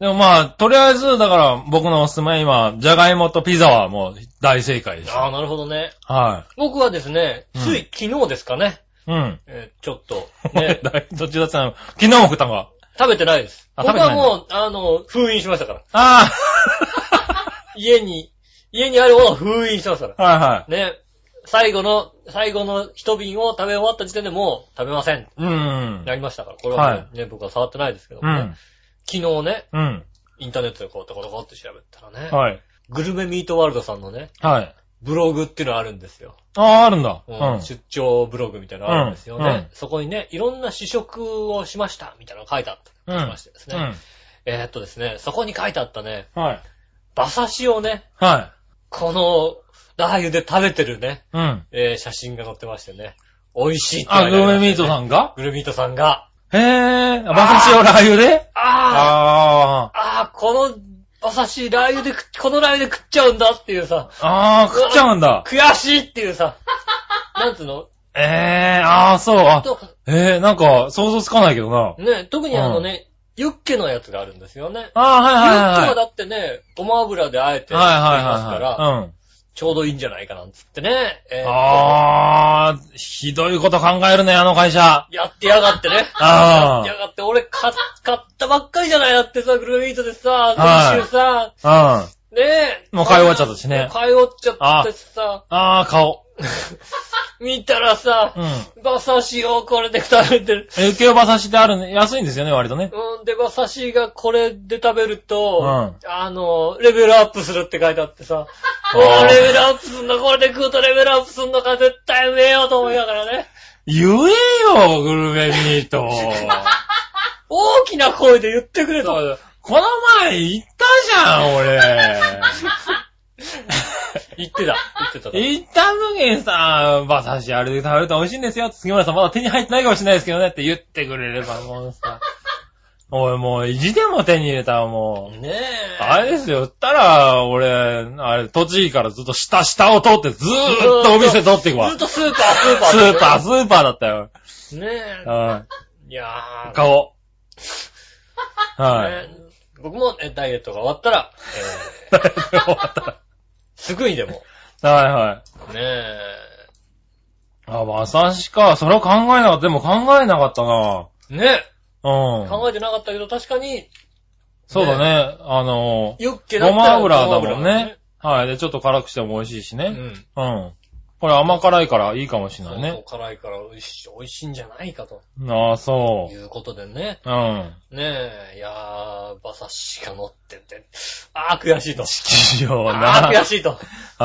C: でもまあ、とりあえず、だから僕のおすすめは今、じゃがいもとピザはもう大正解です。
B: ああ、なるほどね。
C: は
B: 僕はですね、
C: うん
B: つい昨日ですかね、
C: い。うん。
B: えーちょっと、
C: ね、
B: ね、
C: どっ ちだったの昨日も食ったのか。
B: 食べてないです。
C: あ
B: 僕
C: 食べてな
B: はいもう、あの、封印しましたから。
C: あ
B: 家に、家にあるものを封印しますから。
C: あ はいは
B: ね、最後の、最後の一瓶を食べ終わった時点でもう食べません。
C: い。うん。
B: なりましたから。これはね
C: は、
B: ね僕は触ってないですけど
C: う
B: もね、
C: ん。
B: 昨日ね、
C: うん。
B: インターネットでこう、とことこって調べたらね、
C: はい。
B: グルメミートワールドさんのね、
C: はい。
B: ブログっていうのあるんですよ。
C: ああ、あるんだ。う。
B: うんん出張ブログみたいなのあるんですよね、
C: うんうん
B: そこにね、いろんな試食をしました、みたいなのが書いてあった。
C: うん
B: 書きましてですね。えーっとですね、そこに書いてあったね、
C: うん。はい。
B: 馬刺しをね、
C: は
B: この、ラー油で食べてるね、
C: い。うん。
B: えー写真が載ってましてね、美味しいって書い
C: あ、
B: て
C: グルメ
B: りま
C: ミ
B: した
C: ート
B: ね
C: さんが
B: グルメミートさんが、
C: へえ、馬刺しをラー油で
B: あー
C: ああ。
B: あー、この馬刺しラー油で食っ、このラー油で食っちゃうんだっていうさ、
C: ああ、食っちゃうんだ。
B: 悔しいっていう さ、なんつうの
C: ええ、ああ、そう。あ
B: と
C: ええ、なんか、想像つかないけどな。
B: ね、特にあのね、ユッケのやつがあるんですよね。
C: ああ、はい
B: ユッ
C: は
B: ケ
C: いは。
B: はいだってね、ごま油であえて作り
C: はいはい
B: ます
C: は
B: か
C: い
B: ら、
C: はい。うん。
B: ちょうどいいんじゃないかなんつってね。えーっと
C: ああ、ひどいこと考えるね、あの会社。
B: やってやがってね。やっ
C: あー
B: てやがって、俺買っ買ったばっかりじゃないだってさ、グルメミートでさ、
C: はい
B: 先週さ、
C: うん。あ
B: ねえ。
C: もう買い終わっちゃったしね
B: 買い終わっちゃったしさ、
C: あ、顔。
B: 見たらさ
C: う、ん。
B: 馬刺しをこれで食べてる。
C: え、浮世馬刺しってあるね。安いんですよね、割とね。
B: うん、で、馬刺しがこれで食べると、
C: う
B: あの、レベルアップするって書いてあってさ、
C: あー
B: おーレベルアップすんだ、これで食うとレベルアップすんのか、絶対うめえよと思いながらね、
C: 言えよ、グルメミート。
B: 大きな声で言ってくれ と。
C: この前言ったじゃん、俺。
B: 言ってた、言ってた。
C: 言った無限さん、馬刺しあれで食べると美味しいんですよ。杉村さんまだ手に入ってないかもしれないですけどねって言ってくれればもうさ。おい、もう意地でも手に入れたわ、もう。
B: ねえ。
C: あれですよ、言ったら、俺、あれ、栃木からずっと下、下を通ってずーっとお店通っていくわ。
B: ず
C: ス
B: っとスーパー、スーパー。
C: ーパー、スーパーだったよ。
B: ー。ね
C: うん。
B: え。いやー。
C: 顔。はい。
B: ね僕もねダイエットが終わったら、えーすぐにでも、
C: はいはい。
B: ねえ。
C: あ、まさしか。それは考えなかった。でも考えなかったな。
B: ね
C: う
B: え。
C: ん。
B: 考えてなかったけど、確かに、
C: そうだね。あの、
B: ユッケだっ
C: ご
B: たら
C: ま油だもん
B: ごま油
C: ね。はい。で、ちょっと辛くしても美味しいし
B: だ
C: ね。
B: ね。
C: うん。これ甘辛いからいいかもしれ
B: う
C: ない
B: ん。そう
C: ね。
B: 辛いから美味しい、美味しいんじゃないかと
C: ああ、そ
B: いうことでね。
C: う。 うん。
B: ねえ、いやー、馬刺しが乗ってて、あー悔しいと。
C: 地上
B: あ
C: な
B: ー。悔しいと。うん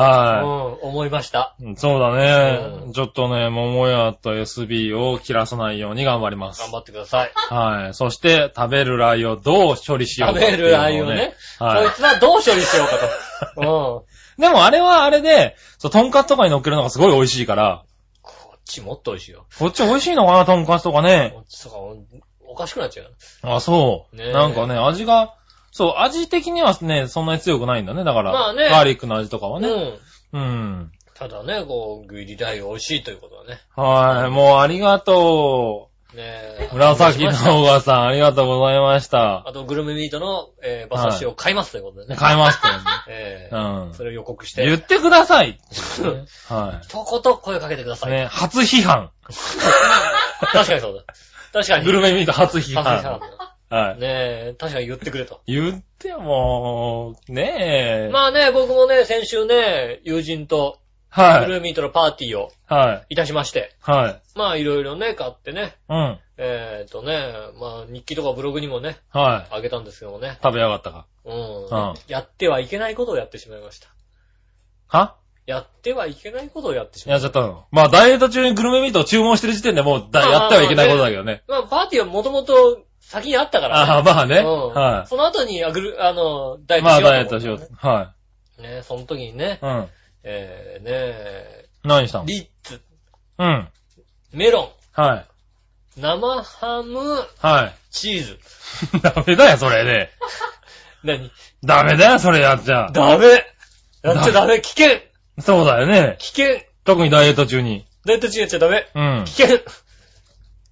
C: は、
B: 思いました。
C: い。そうだ
B: う
C: ね。ちょっとね、桃屋と SB を切らさないように頑張りま
B: 頑
C: す。
B: 張ってください。
C: はい。そして、食べるライをどう処理しようか
B: 食
C: ってい
B: べ
C: うのを
B: るラー油をね。
C: はい
B: こいつはどう処理しようかと。うん。
C: でもあれはあれで、そう、トンカツとかに乗っけるのがすごい美味しいから、
B: こっちもっと美味しいよ。
C: こっち美味しいのかな、トンカツとかね。
B: こっちとかおおかしくなっちゃうよ。
C: あ、そう。
B: ねえ
C: なんかね、味が、そう、味的にはね、そんなに強くないんだね。だから、
B: まあね
C: ガーリックの味とかはね。
B: うん。
C: うん。
B: ただね、こう、グリラー油美味しいということはね。
C: はい、もうありがと
B: ねえ
C: う。紫のオガさん、ありがとうございました。
B: あと、グルメミートの、えー、馬刺しを買いますということでね。
C: 買えますってやつね。
B: え
C: う
B: ー
C: ん。
B: それを予告して。
C: 言ってください。
B: うん
C: は
B: とこと声かけてくだ
C: い。
B: さい。
C: ね、初批判。
B: 確かにそうだ。確かに。
C: グルメミート初批
B: さんだ
C: 判。は
B: ねえ、確かに言ってくれと。
C: い。言っても、ねえ。
B: まあね、僕もね、先週ね、友人と、
C: は
B: グ
C: い。
B: ルーミートのパーティーを
C: はい。
B: いたしまして、
C: はい。
B: まあいろいろね、買ってね、
C: うん。
B: えっ、とね、まあ日記とかブログにもね、
C: は
B: あげたんですけどもね
C: い。、食べやがったか。
B: うん。
C: ん
B: やってはいけないことをやってしまいました。
C: は
B: やってはいけないことをやってしま
C: や
B: い
C: っ
B: ま
C: ちゃっ
B: した
C: の。まあ、ダイエット中にグルメミートを注文してる時点でもうだ、
B: まあ
C: やってはいけないことだけどね。
B: た。まあパーティーはもともと先にあったから、
C: ああ、まあね。
B: うん
C: は
B: その後に、あ、ぐる、あの、ダイエット
C: い。まあ、
B: しようと思った
C: ダイエットしようと。は
B: ね、その時にね
C: い。、うん。
B: えー、ね
C: 何したの
B: リッツ、
C: うん。
B: メロン、
C: はい。
B: 生ハム、
C: はい。
B: チーズ。
C: ダメだよ、それね。
B: 何
C: ダメだよ、それやっちゃ。
B: ダメやっちゃダメ危険
C: そうだよね。
B: 危険
C: 特にダイエット中に。
B: ダイエット中やっちゃダメ
C: うん。
B: 危険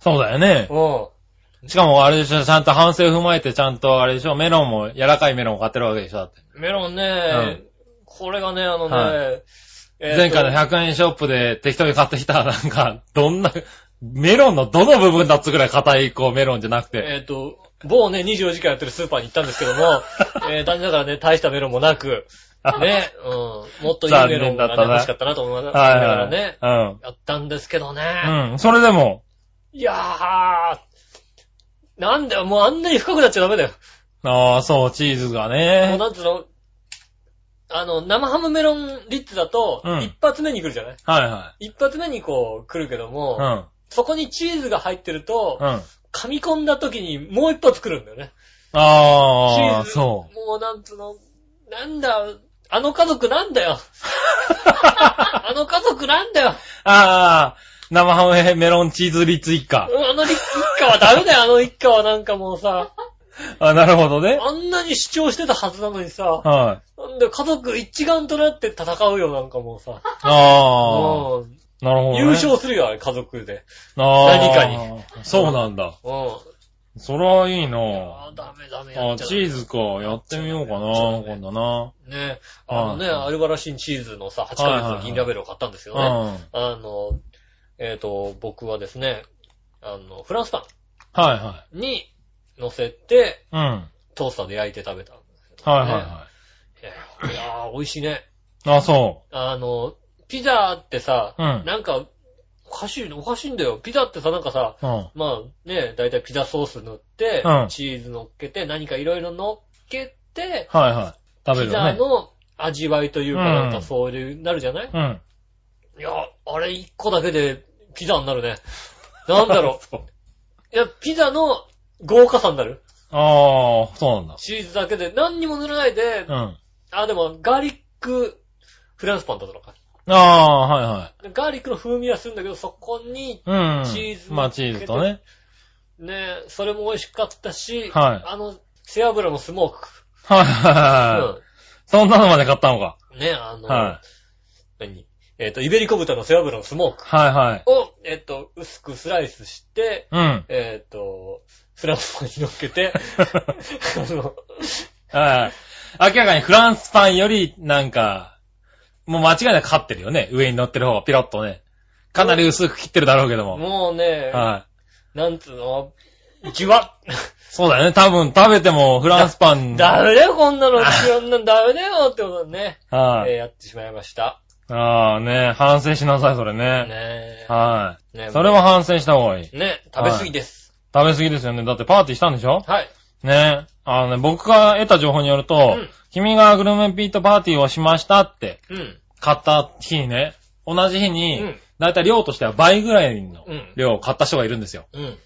C: そうだよね。
B: うん。
C: しかもあれでしょ、ちゃんと反省踏まえて、ちゃんとあれでしょ、メロンも、柔らかいメロンを買ってるわけでしょ、だって。
B: メロンね、
C: ん
B: これがね、あのね、
C: は
B: えーと
C: 前回の100円ショップで適当に買ってきた、なんか、どんな、メロンのどの部分だっつうぐらい硬い、こう、メロンじゃなくて。
B: えっ、と、某ね、24時間やってるスーパーに行ったんですけど も、えー、残念ながらね、大したメロンもなく、ね、うん、もっといいメロンが、ね、
C: 残念だったな
B: 欲しかったなと思いなが
C: はい
B: ら
C: は
B: ね
C: い、はい。
B: やったんですけどね、
C: うん。うん。それでも、
B: いやー、なんだよ、もうあんなに深くなっちゃダメだよ。
C: ああ、そう、チーズ
B: も
C: が
B: う
C: ね。
B: なんつうの、あの、生ハムメロンリッツだと、
C: うん
B: 一発目に来るじゃない
C: はいは
B: 一発目にこう来るけども、
C: い。うん。
B: そこにチーズが入ってると、
C: うん。あ
B: 噛み込んだ時にもう一発来るんだよね。
C: あ、そう。
B: もうなんつうの、なんだ、あの家族なんだ よ。あの家族なんだよ。
C: ああ、生ハムメロンチーズリッツ一家。
B: うんあの一家はダメだよ、あの一家はなんかもうさ、
C: あなるほどね。
B: あんなに主張してたはずなのにさ、
C: はい。
B: なんで家族一丸となって戦うよ、なんかもうさ。
C: あ
B: うん
C: あ、なるほど、ね。
B: 優勝するよ、あれ家族で。
C: あー
B: 何か
C: そうなんだ。
B: うん。
C: それはいいな
B: あ
C: ぁ
B: ーダメダメや
C: あ
B: っちゃダメ
C: チーズか。やってみようかな今度な
B: ね。あのね、
C: はい
B: アルバラシンチーズのさ、8ヶ月の銀ラベルを買ったんですよね。
C: うん。
B: あの、えっ、と、僕はですね、あの、フランスパ
C: は
B: ンに乗せて、
C: いはい。うん。はい
B: トースターで焼いて食べた。
C: はいはい
B: やー、美味しいね。
C: い。あ、そ
B: あの、ピザってさ、
C: うん
B: なんか、おかしいの、おかしいんだよ。ピザってさ、なんかさ、
C: う。うん。
B: まあね、だいたいピザソース塗って、
C: うん
B: チーズ乗っけて、何かいろいろ乗っけて、
C: はいはい。食べ
B: ピ
C: るよ
B: ザ
C: ね。
B: の味わいというか、
C: う
B: な
C: ん
B: んかそういう、なるじゃない、
C: うん。
B: いや、あれ一個だけでピザになるね。なんだろう。
C: う。
B: いや、ピザの豪華さになる。
C: ああ、そうなんだ。
B: チーズだけで、何にも塗らないで、
C: うん。
B: あ、でも、ガーリック、フランスパンだったのか。
C: ああ
B: ガーリックの風味はするんだけど、そこに、
C: ー、はいはい。うん。
B: チーズ
C: まあチーズとね。
B: ね、それも美味しかったし、
C: はい
B: あの、背脂のスモーク。
C: はいはいはい。そんなのまで買ったのか。
B: うん。ね、あの、
C: はい。
B: 何えっ、と、イベリコ豚の背脂のスモーク
C: はいはい。
B: を、えっ、と、薄くスライスして、
C: うん。
B: えっ、と、フランスパンに乗っけ て、あの、
C: はい。明らかにフランスパンより、なんか、もう間違いなく勝ってるよね。上に乗ってる方がピロッとね。かなり薄く切ってるだろうけども。
B: もうね、
C: はい。
B: なんつうの、じわっ
C: そうだよね。多分食べてもフランスパン。
B: ダメだよ、こんなの。こんなんダメだよってことでね、
C: は
B: えー
C: い。
B: やってしまいました。
C: ああね、反省しなさい、それね。
B: ねえ。
C: は
B: ね
C: い。それは反省した方がいい。
B: ね、食べ過ぎです。
C: 食べ過ぎですよね。だってパーティーしたんでしょ
B: はい。
C: ねあのね、僕が得た情報によると、
B: うん
C: 君がグルメピートパーティーをしましたって
B: うん。
C: 買った日にね、同じ日に、
B: うん
C: だいたい量としては倍ぐらいの
B: うん
C: 量を買った人がいるんですよ。
B: うん。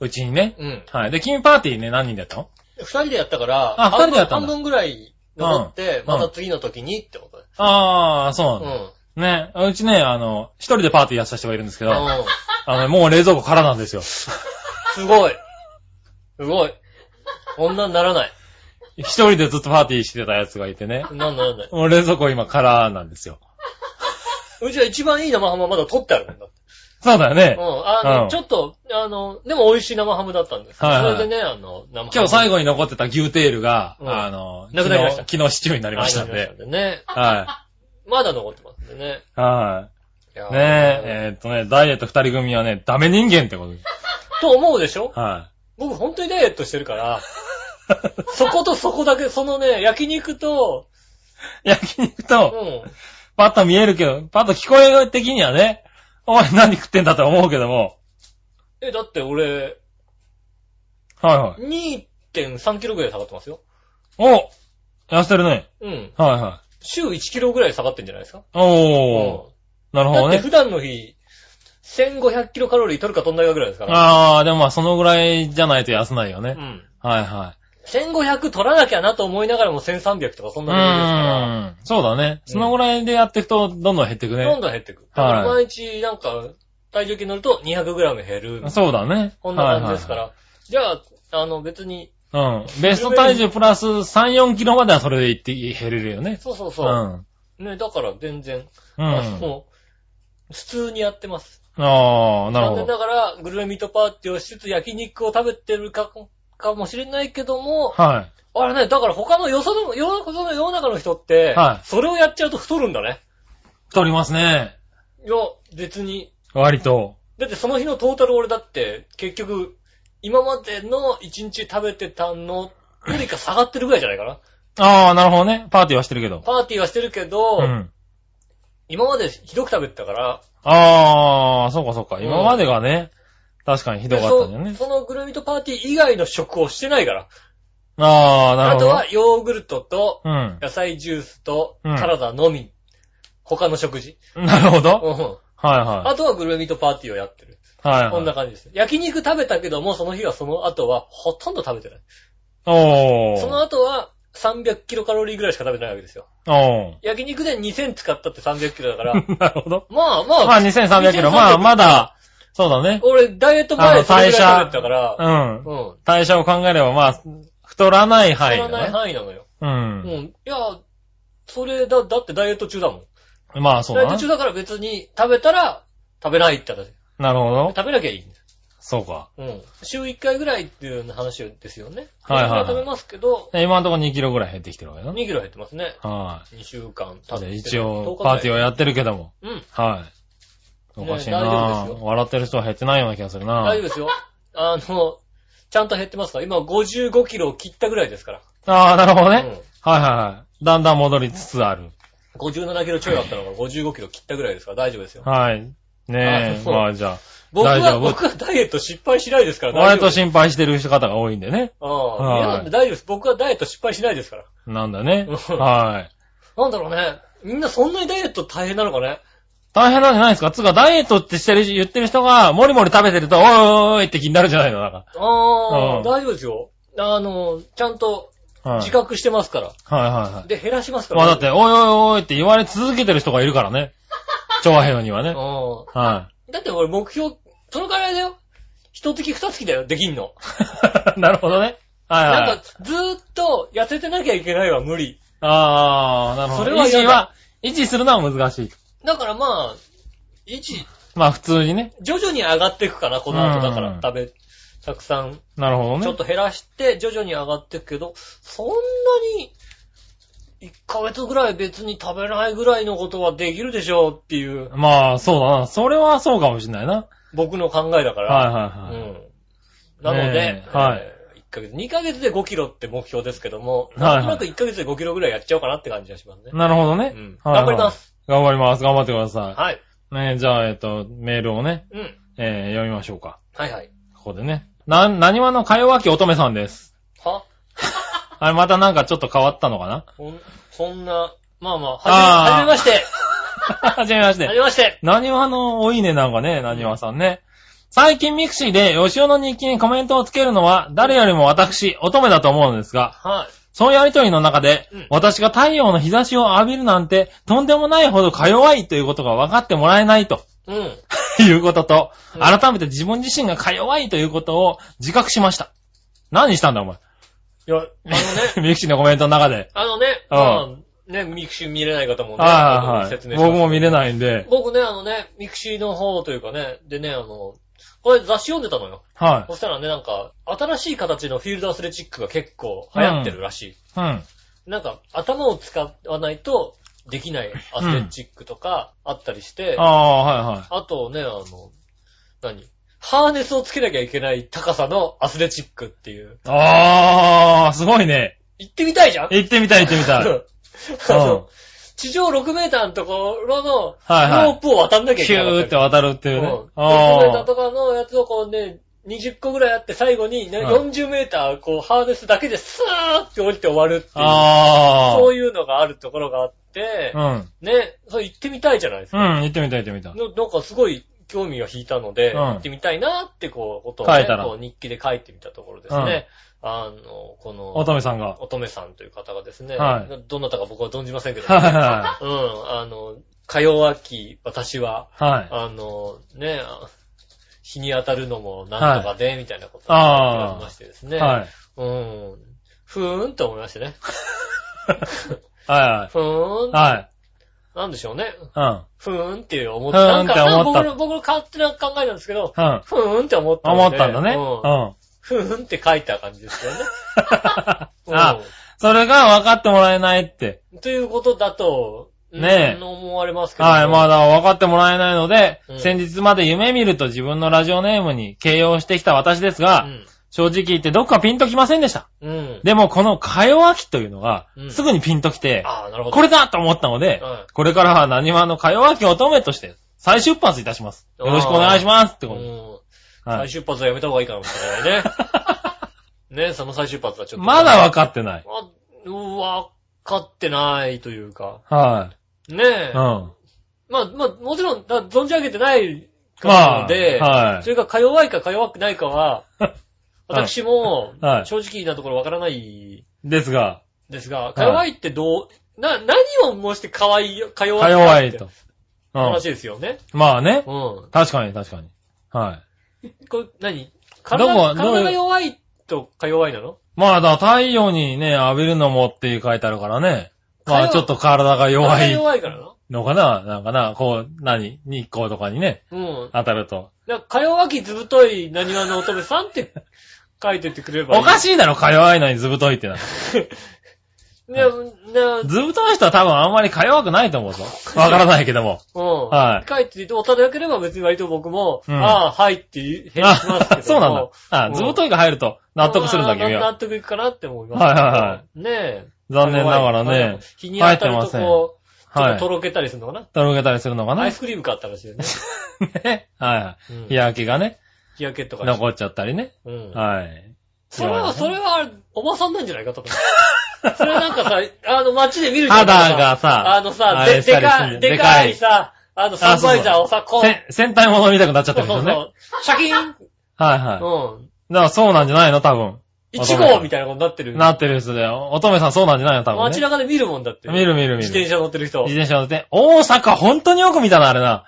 C: うちにね。
B: うん。
C: はい。で、君パーティーね、何人だったの
B: 二人でやったから、
C: あ二人でやったん
B: 半
C: だ
B: 分半分ぐらい残って
C: う、ん
B: また次の時にってことだよ
C: あー、そう
B: う
C: なん
B: ん。
C: だ。ね。うちね、あの、一人でパーティーやってた人がいるんですけど、あ
B: うん。
C: のね、もう冷蔵庫空なんですよ。
B: すごい。すごい。こんなんならない。
C: 一人でずっとパーティーしてたやつがいてね。
B: なんならない。
C: もう冷蔵庫今空なんですよ。
B: うちは一番いい生ハムはまだ取ってあるもんだって。
C: そうだよね
B: うん。。あ
C: う
B: の、
C: ん
B: ちょっと、あの、でも美味しい生ハムだったんです。そ
C: はいはい
B: れでね、あの、生ハム。
C: 今日最後に残ってた牛テールが、
B: うん
C: あの、
B: なくなりました
C: 昨日昨日シチューになりましたん
B: ありま
C: で。
B: したんでね。
C: は
B: まだ残ってますんでね。
C: い。はい
B: や
C: い。
B: ー
C: ねえ、えーっとね、ダイエット二人組はね、ダメ人間って ことです。
B: と思うでしょ
C: は
B: 僕本当にダイエットしてるから、 そことそこだけ、そのね、焼肉と、
C: い。焼肉
B: う
C: と、
B: ん。
C: パッと見えるけど、パッと聞こえ的にはね、お前何食ってんだと思うけども、
B: え、だって俺、
C: はいはい。
B: 2.3キロぐらい下がってますよ。
C: お痩せてるね。
B: うん。
C: はいはい。
B: 週1キロぐらい下がってんじゃないですか
C: おー。なる
B: うん
C: ほ
B: だ
C: ど
B: って
C: ね
B: 普。段の日、1500キロカロリー取るか取んないかぐらいですから。
C: あー、でもまあそのぐらいじゃないと痩せないよ
B: う
C: ね。
B: ん。
C: はいはい。
B: 1500取らなきゃなと思いながらも1300とかそん
C: う
B: なレベルですから、
C: ーん。そうだね。そのぐらいでやっていくと、どんどん減っていくね。
B: どんどん減っていく。だから毎日なんか、体重計乗ると 200g 減る。
C: そうだね。
B: こんな感じですか
C: はい
B: ら。じゃあ、あの別に、
C: はいはい。うん。ベスト体重プラス3、4キロまではそれでいって減れるよね。
B: そうそう
C: う
B: そう。
C: ん。
B: ね、だから全然、
C: う
B: あ
C: ん。
B: の普通にやってます。
C: ああ、なるほ
B: んで
C: ど。
B: だから、グルメミートパーティーをしつつ焼肉を食べてるか、かもしれないけども、
C: は
B: あれね、だから他のよその、世の中の世の中の人って、
C: はい
B: それをやっちゃうと太るんだね。
C: い。とりますね。
B: いや、別に。
C: 割と。
B: だってその日のトータル俺だって、結局、今までの1日食べてたのよりか下がってるぐらいじゃないかな。
C: ああ、なるほどね。パーティーはしてるけど。
B: パーティーはしてるけど、
C: うん。
B: 今までひどく食べてたから、
C: ああ、そうかそうか。
B: うん
C: 今までがね、確かにひどかったんだよね
B: そ。そのグルミとパーティー以外の食をしてないから。
C: ああ、なる
B: あ
C: ほ
B: と
C: ど。
B: はヨーグルトと、
C: う
B: 野菜ジュースと、
C: うん
B: サラダのみ。他の食事。
C: ん。なるほ
B: うん。
C: ど。はいは
B: あとはグルミとパーティーをやってる。
C: い。はい、
B: こんな
C: はい。
B: 感じです。焼肉食べたけども、その日はその後はほとんど食べてない。
C: おー。
B: その後は300キロカロリーぐらいしか食べてないわけですよ。
C: お
B: 焼肉で2000使ったって300キロだから、ま
C: ー。なるほど。
B: あまあ、
C: まあ2300キロ。まあまだ、そうだね。
B: 俺、ダイエット前でそれぐらい食べてたから、
C: うん。
B: うん。
C: 代謝を考えればまあ、太らない範
B: 足
C: 囲
B: らない
C: だね。
B: 範囲なのよ。
C: う
B: うん。
C: ん。
B: いや、それだ、だってダイエット中だもん。
C: まあそう
B: ダイエ
C: だ
B: ット
C: な
B: 中。だから別に食べたら、食べないって話。
C: なるほど。
B: 食べなきゃいい。
C: そうか。
B: うん。週1回ぐらいっていう話ですよね。
C: はいはいはい
B: 食べますけど、
C: で今のところ2キロぐらい減ってきてるわけだ
B: 2
C: ね。
B: キロ減ってますね。
C: は
B: 2週間
C: い。
B: 経って。
C: 一応、パーティー
B: は。
C: はやってるけども。
B: うん。
C: はい。おかしい
B: ね大
C: な
B: 丈夫ですよ
C: 笑ってる人は減ってないような気がするな
B: 大丈夫ですよ。あの、ちゃんと減ってますから。今55キロを切ったぐらいですから。
C: ああ、なるほどね。
B: うん
C: はいはいはい。だんだん戻りつつある。
B: 57キロちょいあったのが55キロ切ったぐらいですから大丈夫ですよ。
C: はい。
B: あ
C: ねえ、
B: そう
C: まあじゃあ。
B: 僕
C: 大丈
B: は、
C: 夫
B: 僕はダイエット失敗しないですから大
C: 割
B: 丈夫
C: と
B: です。
C: 心配してる方が多いんでね。
B: うん。
C: はい
B: いや大丈夫です。僕はダイエット失敗しないですから。
C: なんだね。
B: うん
C: はい。
B: なんだろうね。みんなそんなにダイエット大変なのかね。
C: 大変なんじゃないですかつうか、ダイエットってしてる、言ってる人が、もりもり食べてると、おいおいおいって気になるじゃないの、だか
B: あ
C: う
B: あ、
C: ん
B: 大丈夫ですよ。あの、ちゃんと
C: ら。はい。
B: 自覚してますから。
C: はいはいはい。
B: で、減らしますから。
C: まあだって、おいおいおいって言われ続けてる人がいるから ね。調和平和にはね。
B: う
C: は
B: ん。だって俺目標、そのくらいだよ。一月二月だよ、できんの。
C: い。 なるほどね。はいはい。
B: なんか、ずーっと痩せてなきゃいけないは無理。
C: ああ、なるほど。
B: それは
C: 維
B: 嫌
C: 持は
B: だ、
C: 維持するのは難しい。
B: だからまあ、一、
C: まあ普通にね。
B: 徐々に上がっていくかな、この後だか
C: う
B: ら
C: ん。
B: 食べ、たくさん、
C: なるほどね。
B: ちょっと減らして、徐々に上がっていくけど、そんなに、1ヶ月ぐらい別に食べないぐらいのことはできるでしょうっていう、
C: まあ、そうだな。それはそうかもしれないな。
B: 僕の考えだから。
C: はいはいはい。
B: うん。なので
C: ね、えはい
B: えー。1ヶ月、2ヶ月で5キロって目標ですけども、
C: はいはい
B: なんとなく1ヶ月で5キロぐらいやっちゃおうかなって感じがしますね。
C: なるほどね。
B: うん
C: はいは
B: 頑
C: い
B: 張ります。
C: 頑張ります。頑張ってくださ
B: はい。
C: い。ねじゃあ、えっと、メールをね、
B: うん。
C: えー読みましょうか。
B: はいはい。
C: ここでね。な、何話のかよわき乙女さんです。
B: は
C: あれ、またなんかちょっと変わったのかな
B: そんそんな、まあまあ、
C: あー
B: はじめ、はじめまして。
C: はじめまし
B: はじ
C: て。
B: めまして。
C: 何話の多いね、なんかね、何話さんね。最近ミクシーで、吉尾の日記にコメントをつけるのは、誰よりも私、乙女だと思うんですが、
B: はい。
C: そのやりとりの中で、
B: うん
C: 私が太陽の日差しを浴びるなんて、とんでもないほどか弱いということが分かってもらえないと
B: うん。
C: いうことと、
B: うん
C: 改めて自分自身がか弱いということを自覚しました。何したんだお前。
B: いや、あのね、
C: ミクシーのコメントの中で。
B: あの ね、
C: うん
B: まあ、ね、ミクシー見れない方もね、
C: はいはい
B: 説
C: は
B: 明し
C: い。
B: ます
C: 僕も見れないんで。
B: 僕ね、あのね、ミクシーの方というかね、でね、あの、これ雑誌読んでたのよ。
C: は
B: そしたらね、なんか、新しい形のフィールドアスレチックが結構流行ってるらしい。
C: い。うん。
B: なんか、頭を使わないとできないアスレチックとかあったりして、
C: ああ、はいはい。
B: あとね、あの、何ハーネスをつけなきゃいけない高さのアスレチックっていう。
C: ああ、すごいね。
B: 行ってみたいじゃん
C: 行ってみたい行って みたい。
B: うんあの地上6メーターのところの
C: はいはい
B: ロープを渡んなきゃい
C: キ
B: けない。
C: ューって渡るっていう
B: うん
C: ね。
B: 6メーター
C: あ
B: とかのやつをこうね、20個ぐらいあって最後にね
C: はい
B: 40メーターこうハーネスだけでスーって降りて終わるっていう。
C: あ。
B: そう
C: い
B: いうのがあるところがあって
C: う、ん。
B: ね、それ行ってみたいじゃないです
C: う
B: か。
C: ん、行ってみたい行ってみたい。
B: のなんかすごい興味が引いたので、
C: うん
B: 行ってみたいなってこう、ことをね
C: 書いたら
B: こう日記で書いてみたところですね。あの、この、
C: 乙女さんが。
B: 乙女さんという方がですね、
C: は
B: どなたか僕は存じませんけど、
C: はいはい
B: うん、あの、か弱き私は、
C: はい。
B: あの、ね、日に当たるのもなんとかで、みたいなことがありましてですね。
C: はい。
B: うん。ふーんと思いましてね。
C: は
B: ふーん。
C: い。はい。
B: なんでしょうね。
C: うん。
B: ふーんって思って、なんか、
C: ふーんって
B: なんか
C: 思った
B: 僕の僕の勝手な考えなんですけど、
C: うん。
B: ふーんって思ったので。
C: 思ったんだね。う
B: うん
C: ん。
B: ふーんって書いた感じですよね。うん
C: あ、それが分かってもらえないって。
B: ということだと、
C: ねえ
B: うん思われますけど。
C: はい、まあだから分かってもらえないので、
B: うん
C: 先日まで夢見ると自分のラジオネームに形容してきた私ですが、
B: うん。
C: 正直言ってどっかピンときませんでした。
B: うん。
C: でもこのか弱きというのが
B: う、ん
C: すぐにピンときて、
B: ああ、なるほど。
C: これだと思ったので、
B: うん
C: これからは何話のか弱き乙女として再出発いたします。よろしくお願いしますってことです。
B: うん
C: は
B: 再
C: い、
B: 出発はやめた方がいいかもしれない ね。ね、その再出発はちょっと。
C: まだ分かってない。
B: あうんわかってないというか。
C: は
B: ね
C: い。
B: え
C: うん。。ま
B: まあ、まあ、もちろん、だ存じ上げてないからな
C: あ、
B: ので、
C: は
B: それがか弱いかか弱くないかは、私も
C: い。、はい。
B: 正直なところわからない
C: ですが、
B: ですが、か弱いってどう、な、何をもしてかわい、か弱
C: か
B: い
C: 弱
B: かっ
C: い
B: て
C: と。うん
B: 話。ですよね。
C: まあね。
B: うん。
C: 確かに確かに。はい。
B: これ、何体
C: どこ
B: が、
C: どう
B: 体が弱いとか弱いなの
C: まあだ、太陽にね、浴びるのもって書いてあるからね。まあ
B: かよ
C: ちょっと体が弱
B: 体が
C: い
B: 弱いからな。
C: のかななんかな、こう、何日光とかにね、
B: うん。
C: 当たると。
B: だから、か弱きずぶとい何話の乙女さんって書いてってくれればいい。
C: おか
B: い
C: しいだろ、か弱いのにずぶといってな。
B: ね、ね、
C: ずぶとい人は多分あんまりか弱くないと思うぞ。わからないけ ども。
B: うん。
C: はい
B: 書いていておただければ別に割と僕も、
C: うん
B: ああ、はいって言う返事しますけど
C: あ
B: も。
C: そうなんだ。あ
B: うん
C: ずぶといが入ると納得するんだ、
B: けど
C: 君は。
B: 納得いくかなって思います。。
C: はいはいはい
B: ねえ。
C: 残念ながら
B: あの
C: ね。。
B: 日に当たるとこう、ちょっ
C: は
B: とと
C: い。と
B: ろけたりするのかな、
C: ろけたりするのか
B: ア
C: な
B: イスクリーム買ったらしいよね。
C: ね。 は
B: うん
C: い。日焼けがね、
B: 日焼けとかして。
C: 残っちゃったりね。
B: うん。
C: はい。
B: それは、そ
C: れ
B: れは、おばさんなんじゃないかとか。それはなんか さ、あの、街で見るじゃん。
C: 肌がさ、
B: あのさ、
C: あ
B: で
C: れした
B: で
C: りす
B: か
C: る
B: い、でかいさ、あの、サンバイザーをさ、こう、
C: せ戦隊もの見たくなっちゃっ
B: そ
C: た
B: う
C: りす
B: そ
C: る
B: う
C: ね。
B: そう、シャキーン、
C: はいはい。だか
B: うん。
C: らそうなんじゃないの多分。
B: 一号みたいなことになってる。
C: なってる人だよ。乙女さんそうなんじゃないの多分、
B: 街
C: ね。
B: 中で見るもんだって。
C: 見る見る見
B: 自
C: る。
B: 転車乗ってる人
C: 自。転車乗って。大阪本当によく見たな、あれな。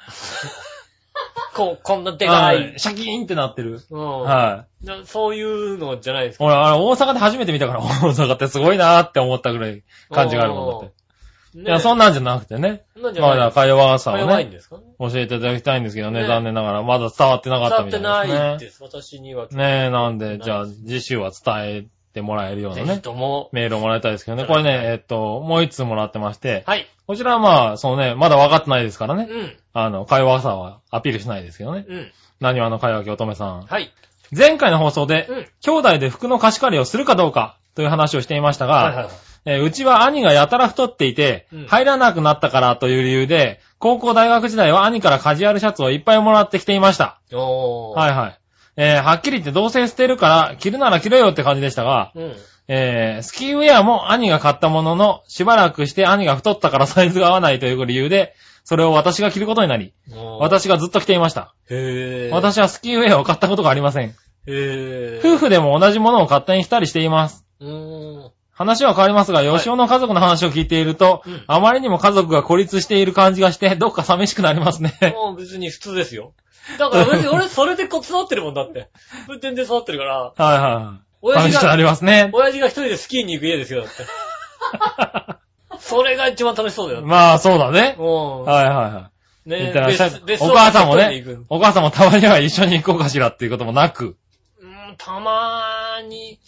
B: こう、こんなでか。
C: はいシャキーンってなってる。
B: うん。
C: はい。
B: なそういうのじゃないですか。
C: 俺、あれ、大阪で初めて見たから、 大阪ってすごいなーって思ったぐらい感じがあるもんだって。
B: ね
C: いや、そんなんじゃなくてね。
B: んなんじゃ
C: まあ、
B: な
C: だ
B: い
C: から、会話さ
B: か
C: を
B: 弱いん
C: ね、
B: ですかね
C: 教えていただきたいんですけどね、
B: ね
C: 残念ながら、まだ伝わってなかった
B: 伝
C: み
B: って
C: たい
B: ない
C: で
B: ですす。私には。
C: ね。ねえ、なん
B: な
C: で、
B: い
C: じゃあ、次週は伝えてもらえるような
B: ぜひ
C: ね、
B: とも。
C: メールをもらいたいですけどね。これね、えっと、もう一通もらってまして、
B: はい。
C: こちらはまあ、そのね、まだ分かってないですから
B: う
C: ね。
B: ん。
C: あの、会話さはアピールしないですけどね。
B: うん。
C: 何はの会話き乙女さん。
B: はい。
C: 前回の放送で、
B: うん。
C: 兄弟で服の貸し借りをするかどうかという話をしていましたが、
B: はいはいはい。
C: えーうちは兄がやたら太っていて
B: うん、
C: 入らなくなったからという理由で、高校大学時代は兄からカジュアルシャツをいっぱいもらってきていました。
B: おー。
C: はいはい。えーはっきり言ってどうせ捨てるから、着るなら着ろよって感じでしたが、
B: うん。
C: えースキーウェアも兄が買ったものの、しばらくして兄が太ったからサイズが合わないという理由で、それを私が着ることになり、
B: おー、
C: 私がずっと着ていました。
B: へー。
C: 私はスキーウェアを買ったことがありません。
B: へー。
C: 夫婦でも同じものを勝手に着たりしています。
B: うーん。
C: 話は変わりますが、
B: い
C: 吉尾の家族の話を聞いていると、
B: うん
C: あまりにも家族が孤立している感じがして、どっか寂しくなりますね。
B: もう別に普通ですよ。だから別に俺、それでこう、育ってるもんだって。全然育ってるから。
C: はいはいはい。
B: 親
C: 寂
B: 父
C: しくな
B: が、
C: りますね。
B: 親父が一人でスキーに行く家ですよ、だって。 それが一番楽しそうだよ。
C: まあ、そうだね。
B: うん。
C: はいは
B: ね
C: いはい。い
B: 別別荘
C: お母さんも
B: に
C: ね
B: 行く、
C: お母さんもたまには一緒に行こうかしらっていうこともなく。
B: うん、たまーに、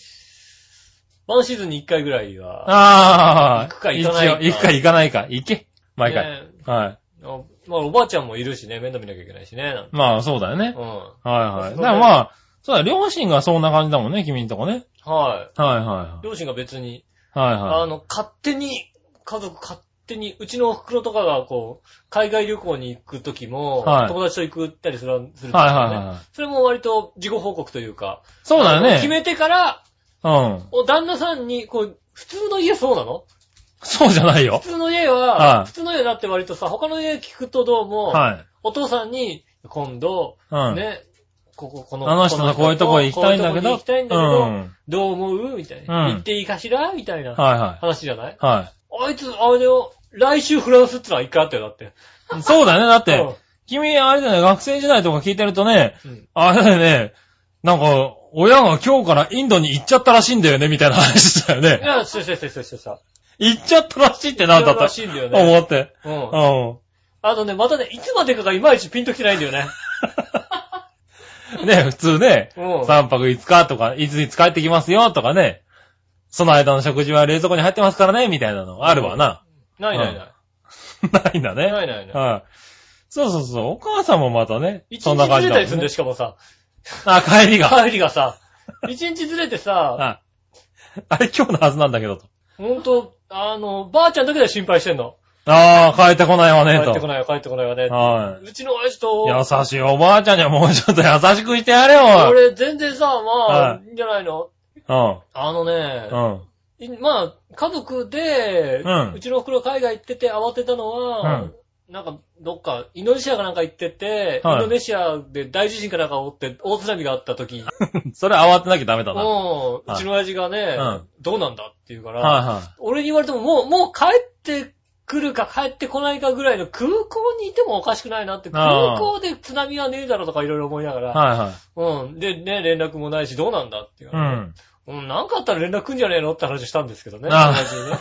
B: ワンシーズンに一回ぐらいは。
C: ああ、
B: 行くか行
C: 一
B: か
C: 応
B: ないか
C: 行くか行かないか。行け。毎回。
B: ね
C: はい。
B: あまあ、おばあちゃんもいるしね、面倒見なきゃいけないしね。なんか
C: まあ、そうだよね
B: う。ん。
C: はいはい。
B: そうだね
C: だからまあ、そうだ、両親がそんな感じだもんね、君んとこね。
B: は
C: はい
B: い。
C: はい
B: 両親が別に、
C: はい。はい
B: あ
C: はい。
B: の、勝手に、家族勝手に、うちのお袋とかがこう、海外旅行に行くときも、
C: はい
B: 友達と行くったりする、するんですよね。
C: はいはいはい。
B: それも割と事後報告というか。
C: そうだよ
B: あの
C: ね。
B: 決めてから、
C: うん。
B: お旦那さんに、こう、普通の家そうなの
C: そうじゃないよ。
B: 普通の家
C: は
B: は、
C: い
B: 普通の家だって割とさ、他の家聞くとどうも、
C: はい。
B: お父さんに、今度、
C: うん。
B: ね、ここ、この、
C: あの人のこういうとこ行きたいんだけ
B: こういうとこに
C: ど。
B: 行きたいんだけ
C: う
B: ど、
C: ん。
B: どう思うみたいな、
C: うん
B: 行っていいかしらみたいな
C: はいは
B: 話じゃない
C: い。は
B: あいつ、あれだよ、来週フランスってのは一回あったよ、だって。
C: そうだよね。だって、
B: う
C: 君、あれだよね、学生時代とか聞いてるとね、
B: ん
C: あれだよね、なんか、親が今日からインドに行っちゃったらしいんだよね、みたいな話したよ
B: い
C: ね。
B: や、そうそうそうそうそうそう。
C: 行っちゃったらしいってなんだった
B: らしいんだよね。
C: 思って。
B: うん。
C: う
B: あとね、またね、いつまでかがいまいちピンときてないんだよね。
C: ん。ね、普通ね、
B: うん。
C: 3泊5日とか、いついつ帰ってきますよとかね、その間の食事は冷蔵庫に入ってますからね、みたいなのあるわな。
B: ないないない。
C: ないんだね。
B: ないないない。
C: はい。そうそうそう。お母さんもまたね、
B: 一
C: そん
B: 日
C: な感じ
B: ずれ
C: だ
B: た
C: も
B: りするん
C: んね
B: で、。しかもさ、
C: あ、帰りが。
B: 帰りがさ、一日ずれてさ、
C: はいあれ今日のはずなんだけどと。
B: ほんと、あの、ばあちゃんだけで心配してんの。
C: ああ、帰ってこないわね、
B: 帰
C: と。
B: ってこないわ、帰ってこないわね。
C: は
B: うちの親父
C: い。
B: と、
C: 優しいおばあちゃんにはもうちょっと優しくしてやれよ。おい
B: 俺全然さ、まあ
C: は、
B: いいんじゃないの
C: うん。
B: あのね、
C: うん。
B: いまあ、家族で、
C: うん
B: うちのお袋海外行ってて慌てたのは、
C: うん
B: なんか、どっか、インドネシアかなんか行ってて、
C: はい
B: インドネシアで大地震かなんか起って、大津波があった 時、
C: それ慌てなきゃダメだな。はい
B: もう、う
C: はい
B: ちの親父がね、
C: うん
B: どうなんだって言うから、
C: は
B: 俺に言われても、もう、もう帰ってくるか帰ってこないかぐらいの空港にいてもおかしくないなって、
C: あ
B: 空
C: あ
B: 港で津波はねえだろうとかいろいろ思いなが
C: い。
B: ら、
C: はいはい。
B: うん。で、ね、連絡もないし、どうなんだっていう
C: う
B: から、
C: ん。
B: うん。なんかあったら連絡来んじゃねえのって話したんですけどね。
C: ああ
B: 親父にね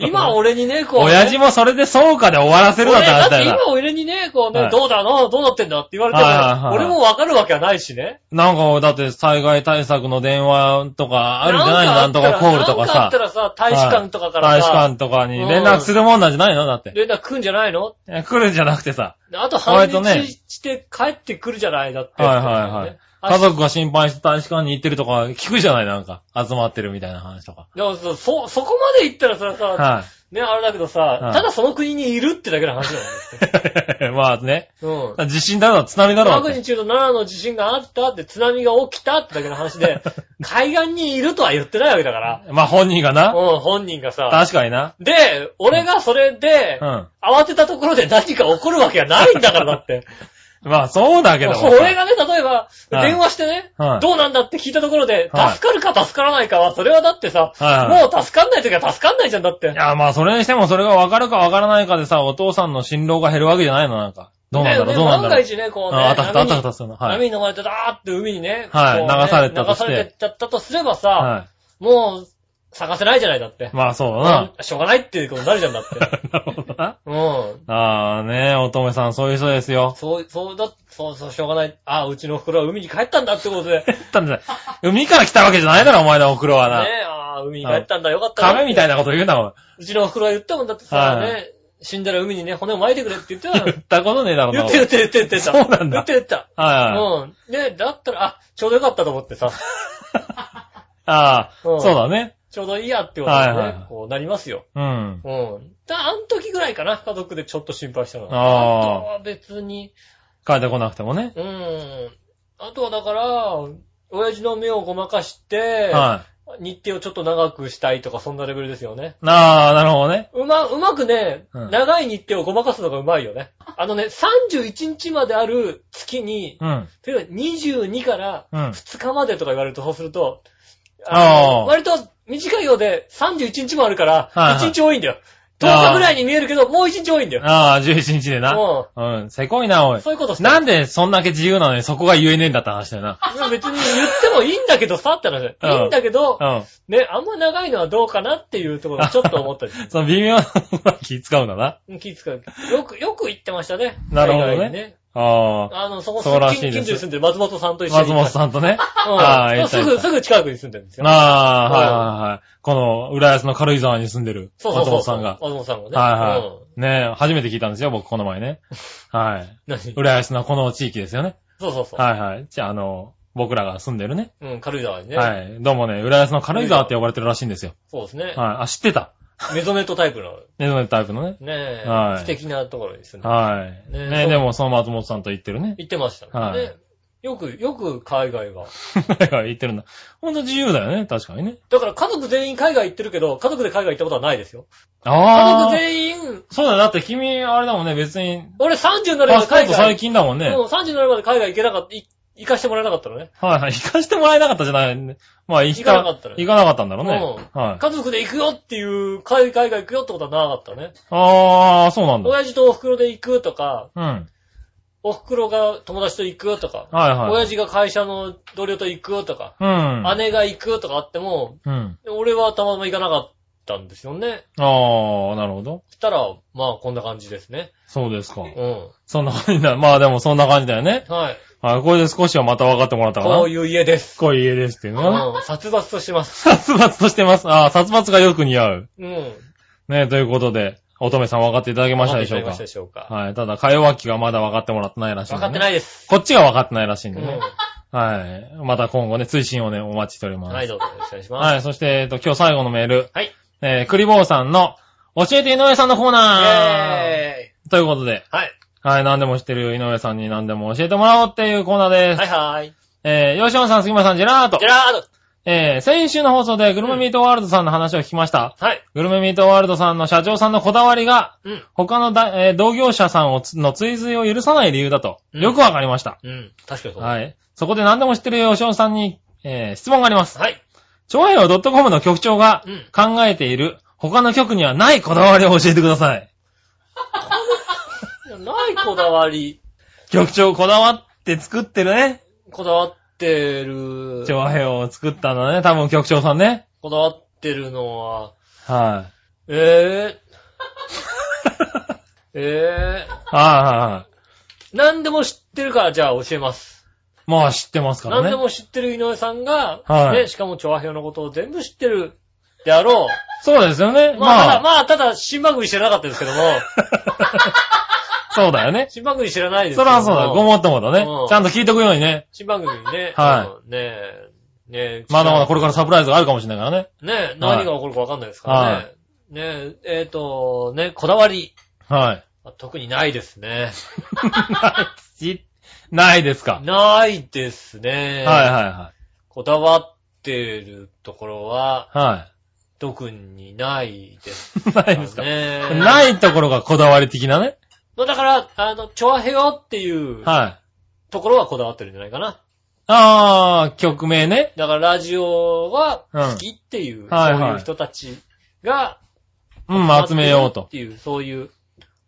B: 今俺にね、こう、ね。
C: 親父もそれでそうかで終わらせるな
B: 俺
C: って
B: だっ
C: 話
B: て
C: だよ
B: 今俺にね、こうね、
C: はい
B: どうだのどうなってんだって言われて
C: はいはいは
B: も、
C: い
B: 俺もわかるわけはないしね。
C: な。なんか、だって災害対策の電話とかあるんじゃないのなんとかコールとか
B: なんかあった。
C: さ
B: らさ、大使館とかから
C: 大使
B: さ、
C: 館とかに連絡するもんなんじゃないのだって。
B: 連絡来んじゃないの
C: え来るんじゃなくてさ、
B: あと半
C: 割とね
B: 日して帰ってくるじゃないだって。
C: はいはいはい家
B: あ。
C: 族が心配して大使館に行ってるとか聞くじゃないなんか、集まってるみたいな話とか。
B: でもそ、そ、そこまで行ったらさ、さ、
C: は
B: ね、あれだけどさ
C: は、い
B: ただその国にいるってだけの話だよね。
C: い。 まあね。
B: うん。
C: 地震だろ、津波だろ
B: マ
C: っ
B: グ
C: て
B: ニ。チュード7の地震があったって、津波が起きたってだけの話 で、海岸にいるとは言ってないわけだから。
C: まあ本人がな。
B: うん、本人がさ。
C: 確かにな。
B: で、俺がそれで
C: う、ん。
B: 慌てたところで何か起こるわけがないんだからだって。
C: まあそうだけどもさ。
B: 俺がね、例えば、
C: はい
B: 電話してね
C: は、い
B: どうなんだって聞いたところで、
C: はい
B: 助かるか助からないかは、それはだってさ、
C: はいはい
B: もう助かんない時は助かんないじゃんだっ
C: い
B: て。
C: や、まあそれにしてもそれが分かるか分からないかでさ、お父さんの心労が減るわけじゃないのなんか。どうなんだろ
B: ね
C: う、どうな
B: 万
C: んだ
B: が
C: ろう。
B: 一ね、こうね、
C: ああたふた、あたふた
B: 波
C: するの。
B: に
C: は
B: 波
C: い。
B: に飲まれて、ダーって海にね、
C: はい
B: こうね
C: 流されたとして
B: 流されちゃったとすればさ、
C: は
B: もう、探せないじゃないだって
C: い。。まあそうだな。
B: しょうがないっていうことになるじゃんだって。
C: なるほどな。
B: うん。
C: ああね、乙女さんそういう人ですよ。
B: そう、そうだ、そうそう、しょうがない。あ、うちの袋は海に帰ったんだってこと で。ね
C: たんだ海から来たわけじゃないだろ、お前のお袋はな。
B: え、あー海に帰ったんだ、よかった
C: 亀
B: な。
C: みたいなこと言うな、お前。
B: うちの袋は言ったもんだってさ、
C: はい
B: ね、死んだら海にね、骨を巻いてくれって言ってた の
C: 言ったことねえだろ、
B: 言
C: な
B: ってる言ってる言ってる言ってた。
C: そうなんだ
B: 言ってる言ってた。
C: はいはい。
B: うん。ね、だったら、あ、ちょうどよかったと思ってさ、
C: ああ、
B: うん
C: そうだね。
B: ちょうどいいやってことで
C: はいは
B: ね
C: い、
B: こうなりますよ。
C: うん。
B: うん。だ、あの時ぐらいかな、家族でちょっと心配したのは。
C: あー
B: あとは別に、
C: 帰ってこなくてもね。
B: うん。あとはだから、親父の目をごまかして、
C: は
B: 日程をちょっと長くしたいとか、そんなレベルですよね。
C: い。ああ、なるほどね。
B: うま、うまくね、
C: うん
B: 長い日程をごまかすのがうまいよね。あのね、31日まである月に、
C: うん。
B: 例えば22から
C: うん。
B: 2日までとか言われると、そうすると、
C: ああ
B: 割と短いようで31日もあるから、
C: はいはい
B: 1日多いんだよ。10
C: ああ
B: 日ぐらいに見えるけど、もう1日多いんだよ。
C: ああ、11日でな。
B: うん
C: うん。せこいな、おい。
B: そういうことして
C: なんでそんだけ自由なのにそこが言えねえんだって話だよな。
B: いや別に言ってもいいんだけどさって話だよ。
C: うん
B: いいんだけど、
C: う
B: ね、あんま長いのはどうかなっていうところをちょ っと思ったりす
C: ん。その微妙な気使うんだな。
B: る気使う。よく、よく言ってましたね。
C: なるほどね
B: 海外に
C: ああ。
B: あの、そこ
C: そうらしい
B: 近
C: です
B: 近所に住んでる松本さんと一緒に。
C: 松本さんと ね。
B: うん。
C: ああ言った
B: す
C: 言った
B: ぐ、すぐ近くに住んでるんですよ。
C: ああ、はいはいはい。この、浦安の軽井沢に住んでる、
B: そう
C: 松
B: そうそう。
C: 本さんが。
B: 松本さんがね。
C: はい
B: うん
C: は。い。ねえ、初めて聞いたんですよ、僕この前ね。はい。
B: 何そう
C: 浦安のこの地域ですよね。
B: そうそう。
C: はいはい。じゃあ、あの、僕らが住んでるね。
B: うん、軽井沢にね。
C: はい。どうもね、浦安の軽井沢って呼ばれてるらしいんですよ。
B: そうですね。
C: はい。あ、知ってた。
B: メゾネットタイプの、
C: ネズミタイプのね。
B: ね
C: はい
B: 素敵なところに住んでる。
C: はい。
B: ね
C: ね
B: そう
C: でもその松本さんと行ってるね。
B: 行ってましたもん
C: は
B: ね
C: い。
B: よく、よく海外は。
C: 海外行ってるんだ。ほんと自由だよね、確かにね。
B: だから家族全員海外行ってるけど、家族で海外行ったことはないですよ。家
C: あ
B: 族
C: あ。
B: 全員、
C: そうだよ、だって君、あれだもんね、別に、
B: 俺30になれ
C: パ
B: ば
C: スポー
B: 海
C: ト最
B: 外、
C: 近だもんね。
B: もう30になれまで海外行けなかった、行行かしてもらえなかったのね。
C: はいはい。行かしてもらえなかったじゃない。まあ、行
B: 行かなかったね
C: 行かなかったんだろうね。
B: うん
C: はい。
B: 家族で行くよっていう、海外が行くよってことはなかったね。
C: あー、そうなんだ。
B: 親父とお袋で行くとか、
C: うん。はい
B: お袋が友達と行くとか、
C: はい。
B: 親父が会社の同僚と行くとか、
C: うん。
B: 姉が行くとかあっても、
C: うん。
B: 俺はたまたま行かなかったんですよね。
C: あー、なるほど。
B: そしたら、まあこんな感じですね。
C: そうですか。
B: うん。
C: そんな感じだ。まあでもそんな感じだよね。
B: はい。
C: はい、これで少しはまた分かってもらったかな。
B: こういう家です。
C: こういう家ですっていうのはね。
B: うん。殺伐としてます。
C: 殺伐としてます。ああ、殺伐がよく似合う。
B: うん。
C: ねということで、乙女さん分かっていただけましたでしょう
B: 分かっていただけましたで
C: か
B: しょうか。
C: はい。ただ、かよわきがまだ分かってもらってないらしいん
B: 分
C: で、ね。。
B: かってないいです。
C: こっちが分かってないらしいん
B: う
C: で
B: ん。
C: ね。はい。また今後ね、追伸をね、お待ちしております。
B: はい、どうぞよろしくお願いします。
C: はい。そして、えっと、今日最後のメール。
B: はい。
C: えー、クリボーさんの、教えて井上さんのコーナー
B: イ
C: ということで、
B: ェーイはい。
C: はい、何でも知ってる井上さんに何でも教えてもらおうっていうコーナーです。
B: はいはい。
C: えー、吉野さん、杉村さん、ジェラート
B: ジェ。ラー
C: えー、先週の放送でグルメミートワールドさんの話を聞きました。
B: ドはい。
C: グルメミートワールドさんの社長さんのこだわりが、
B: うん。
C: 他のだ、えー同業者さんをつの追随を許さない理由だと、
B: うん
C: よくわかりました。
B: うん。確かにそう。。
C: はいい。そこで何でも知ってる吉尾さんに、えー質問があります。
B: はい。
C: 超平洋 .com の局長が
B: うん
C: 考えている他の局にはないこだわりを教えてください。
B: いやないこだわり。
C: 局長こだわって作ってるね。
B: こだわってる。
C: 超平洋を作ったんだね。多分局長さんね。
B: こだわってるのは、
C: はい。
B: え えええ
C: はいはいはい。
B: 何でも知ってるから、じゃあ教えます。
C: まあ知ってますからね。
B: 何でも知ってる井上さんが、
C: はい
B: ね、しかも調和表のことを全部知ってるであろ
C: そうですよね。
B: う。まあ、ただ、
C: まあ、
B: まあ、ただ、新番組知らなかったですけ ども、
C: そうだよね。
B: 新番組知らないです
C: そ
B: けど
C: ら
B: も
C: そうだ、ごもっともだね
B: うん。
C: ちゃんと聞いとくようにね。
B: 新番組ね、
C: は
B: うんねえ、ねえ、
C: まだまだこれからサプライズがあるかもしれないからね。
B: ねえ、何が起こるかわかんないですからね。
C: はい
B: ねえ、えっ、と、ね、こだわり、
C: はい。
B: 特にないですね。
C: ないしないですか。
B: ないですね。
C: はいはいは
B: こだわってるところは、
C: い。は
B: 特にないです
C: い。ないですか。
B: ね。い。
C: ないところがこだわり的なね。
B: まあだから、あの、チョアヘヨっていう
C: はい。
B: ところはこだわってるんじゃないかな。
C: あー、曲名ね。
B: だからラジオは好きっていう、
C: はい
B: そう
C: はい
B: いう人たちが、
C: うん、集めようと
B: っ。ていう、そういう、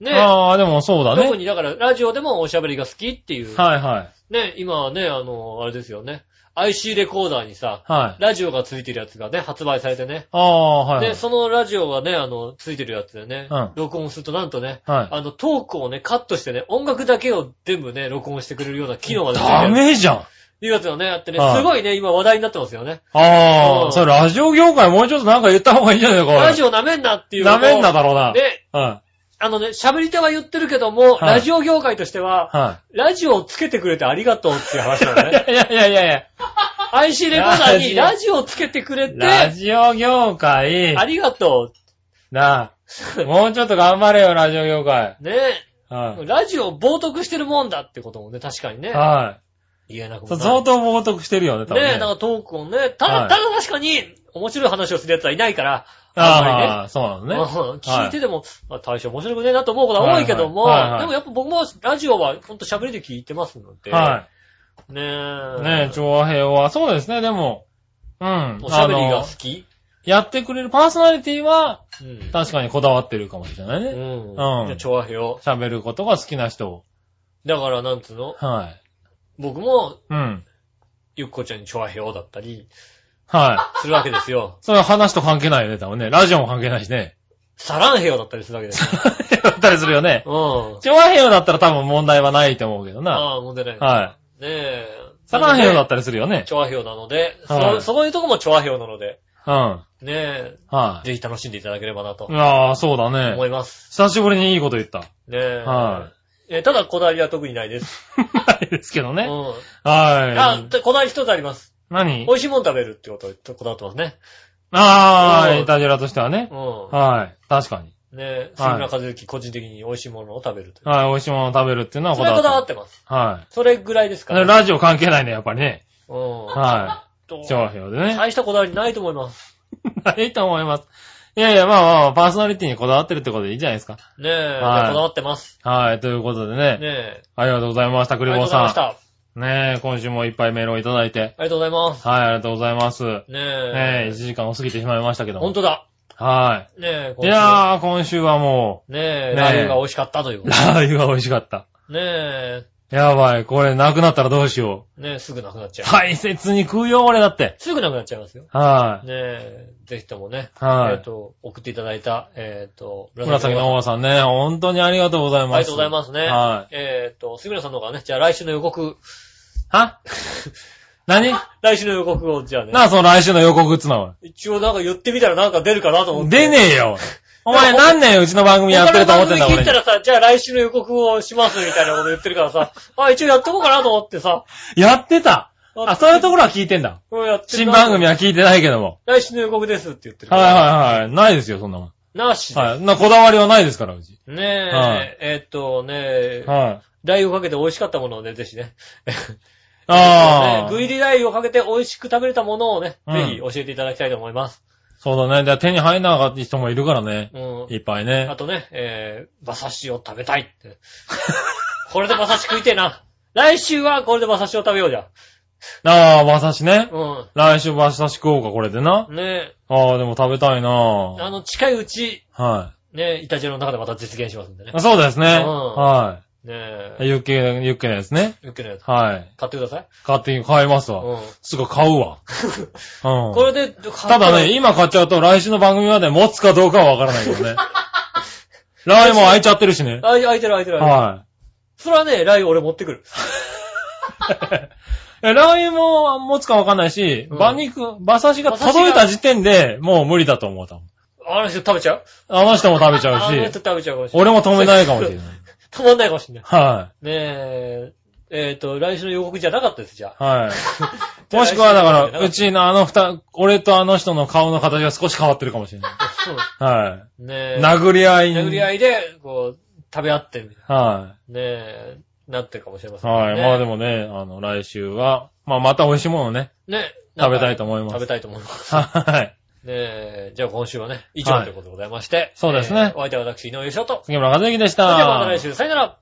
B: ね。
C: あー、でもそうだね。
B: 特にだから、ラジオでもおしゃべりが好きっていう。
C: はいはい。
B: ね、今はね、あの、あれですよね。IC レコーダーにさ、
C: はい。
B: ラジオがついてるやつがね、発売されてね。
C: あー、はいは
B: で、
C: い。
B: そのラジオがね、あの、ついてるやつでね、
C: うん
B: 録音するとなんとね、
C: はい。
B: あの、トークをね、カットしてね、音楽だけを全部ね、録音してくれるような機能が出て
C: ダメじゃん。
B: いうやつがね、あってね、
C: はい
B: すごいね、今話題になってますよね。
C: あ
B: う
C: ー、
B: ん
C: それラジオ業界もうちょっとなんか言った方がいいんじゃないか、これ
B: ラジオ舐めんなっていうのを。
C: なめんなだろうな。
B: で、
C: は
B: あのね、喋り手は言ってるけども、
C: はい
B: ラジオ業界として
C: い。
B: は、
C: は
B: ラジオをつけてくれてありがとうっていう話なの
C: い。い
B: ね。
C: やいやいやいやいや。
B: IC レコーダーにラジオをつけてくれて、
C: ラジオ業界
B: あ、りがと
C: なあ、もうちょっと頑張れよ、ラジオ業界。
B: う。ね
C: は
B: ラジオを冒涜してるもんだってこともね、確かに
C: い。
B: ね。
C: は
B: 言えなく
C: い。
B: も
C: そ
B: な
C: う
B: い。
C: 相当冒涜してるよね、多分
B: ねえ、
C: ね。
B: なんかトークをね、ただ、
C: はい
B: ただ確かに、面白い話をする奴はいないから、あん
C: ああ、そうなの
B: まりね、
C: ね。
B: うん聞いてても、まあ大将面白くねえなと思うことは多いけども、
C: はいはいはいはい
B: でもやっぱ僕もラジオはほんと喋りで聞いてますので、
C: は
B: ね
C: い。
B: え、
C: ねえ、調和平和は、そうですね、でも、うん。
B: おしゃべり
C: あ
B: が
C: の
B: 好き
C: やってくれるパーソナリティは、
B: うん。
C: 確かにこだわってるかもしれないうね。
B: ん。
C: うん
B: じゃあ、調和表。
C: 喋ることが好きな人。
B: だから、なんつうの
C: はい。
B: 僕も、
C: うん。
B: ゆっこちゃんに調和表だったり、
C: はい。
B: するわけです よ。
C: それは話と関係ないよね、多分ね。ラジオも関係ないしね。
B: サランヘヨだったりするわけですよ。
C: だったりするよね。
B: うん。
C: 調和平和だったら多分問題はないと思うけどな。
B: ああ、問題ない。
C: はい。
B: ねえ。
C: サランヘヨだ
B: っ
C: ったりするよね。
B: 調和表なので、
C: は
B: そ
C: い
B: そういうとこも調和表なので、
C: うん。は
B: ねえ、
C: い。
B: ぜひ楽しんでいただければなと
C: ああ、そうだ
B: 思
C: ね。
B: います。
C: 久しぶりにいいこと言った。
B: ねえ。
C: は
B: えーただ、こだわりは特にないです。
C: ないですけど
B: う
C: ね。
B: ん。あ
C: は、
B: でこだわり一つあります。
C: い。何
B: 美味しいもん食べるってことをこだわってますね。
C: あ
B: う
C: あ、
B: ん
C: イタジラとしてはね。
B: う
C: はい。確かに。
B: ん。ねえ、杉村和之個人的に美味しいものを食べるという。
C: はい、美味しいものを食べるっていうのは
B: そ
C: こ
B: れ
C: だ
B: はこだ
C: わ
B: わ
C: っ。
B: っててます。
C: は
B: それぐらいですか
C: い。
B: ら。
C: ラジオ関係ないね、やっぱりね。
B: うん。
C: は
B: と
C: い。調和表でね。
B: 大したこだわりないと思います。
C: ないと思います。いやいや、まあまあまあ、パーソナリティにこだわってるってことでいいじゃないですか。
B: ねえ、こだ
C: はい
B: わってます。
C: はい、ということで
B: ね
C: ね。
B: え。
C: ありがとうございました、
B: あ
C: ク
B: り
C: リ
B: がと
C: ボ
B: う
C: ー
B: ござい
C: さ
B: まし
C: ん。
B: た。
C: ねえ、今週もいっぱいメールをいただいて。
B: ありがとうございます。
C: はい、ありがとうございます。ね
B: ね
C: え、
B: え。
C: 1時間を過ぎてしまいましたけども。
B: 本当だ。
C: は
B: ねえ、
C: い。いやー、今週はも
B: 今週ね
C: ね
B: え、
C: え
B: ラー油が美味しかったという
C: う、
B: こ
C: ラー油が美味しかった。
B: と。ね
C: やばい、これなくなったらどうしよ
B: え、ねえ、すぐなくなっち
C: う。
B: ゃう。
C: 大切に食うよ、俺だって。
B: すぐなくなっちゃいますよ。
C: は
B: ねえ、ぜひともね、
C: い。は
B: えっ
C: い。
B: と、送っていただいた、えっと、
C: 紫の
B: あ
C: おばさんね、本当にありがとうございます。
B: りがとうございますね。。
C: はい
B: えっと、杉村さんの方からね、じゃあ来週の予告、
C: い。は何
B: 来週の予告をじゃあね。
C: なあ、その来週の予告っつうのは。
B: 一応なんか言ってみたらなんか出るかなと思って。
C: 出ねえよ。お前何年うちの番組やってると思ってんだ、
B: 他の番組聞
C: 俺
B: いた
C: に。
B: らさ、じゃあ来週の予告をしますみたいなこと言ってるからさ、あ、一応やっとこうかなと思ってさ。
C: やってた。あ、そういうところは聞いてんだ。
B: これやってる
C: 新
B: な
C: 番組は聞いてないけども。
B: 来週の予告ですって言ってるか
C: は
B: ら。
C: いはいはい。ないですよ、そんなもん。
B: い。なしで。
C: はい。な、こだわりはないですから、うち。
B: ねえ、
C: はい
B: えっとね、
C: はい。
B: ラー油をかけて美味しかったものをね、ぜひね。
C: ああ。
B: 具入りラー油をかけて美味しく食べれたものをね、
C: うん
B: ぜひ教えていただきたいと思います。
C: そうだね。じゃあ手に入んなかった人もいるからね。
B: うん。
C: いっぱい
B: あ
C: ね。
B: とね、えー、馬刺しを食べたいって。これで馬刺し食いてえな。来週はこれで馬刺しを食べようじゃん。
C: ああ、馬刺しね。
B: う
C: 来週馬刺し食おうか、これでな。
B: ん。ねえ、
C: ああ、でも食べたいな
B: あ
C: は
B: の、近いうち、
C: い。
B: ねえ、イタジェラの中でまた実現しますんでね。ね
C: あそうですね。
B: うん
C: は
B: え
C: い。、ユッケ、ユッケですね。
B: ユッケのやつ。
C: はい。
B: 買ってください。
C: 買って、買いますわ。
B: う
C: すぐ買 うわ。うん
B: ん。。これで、
C: た
B: た
C: だね、、今買っちゃうと来週の番組まで持つかどうかはわからない けどね。ラー油も空いちゃってるしね。
B: あ、開いてる開いてる開いてる。
C: は
B: それはね、ラー油俺持ってくる。
C: い。えラー油も持つかわかんないし、
B: うん
C: 馬肉、馬刺しが届いた時点でもう無理だと思う多分。
B: あの人食べちゃう
C: あの人も食べちゃ
B: あの
C: う
B: 人
C: し、
B: 食べちゃうかもしれない。
C: 俺も止めないかもし れない。
B: 止まんないかもしれない。
C: は
B: ねえ、えっと、来週の予告じゃなかったです、じゃあ。
C: い。 はい。もしくはだから、うちのあの二、俺とあの人の顔の形が少し変わってるかもしれない。
B: そう
C: は
B: ね
C: い。
B: え。
C: 殴り合いに。
B: 殴り合いで、こう、食べ合ってみたい
C: は
B: な。ねえ、なってるかもしれま
C: い。
B: せんね。
C: はい。まあでもね、あの、来週は、まあまた美味しいものをね、
B: ね。
C: 食べたいと思います
B: 食べたいと思います。
C: はい。
B: ねえ、じゃあ今週はね、以上ということでございまして。
C: そうですね
B: えーお相手は私、井上翔と。
C: 杉村和之でした。
B: それではまた来週、さよなら。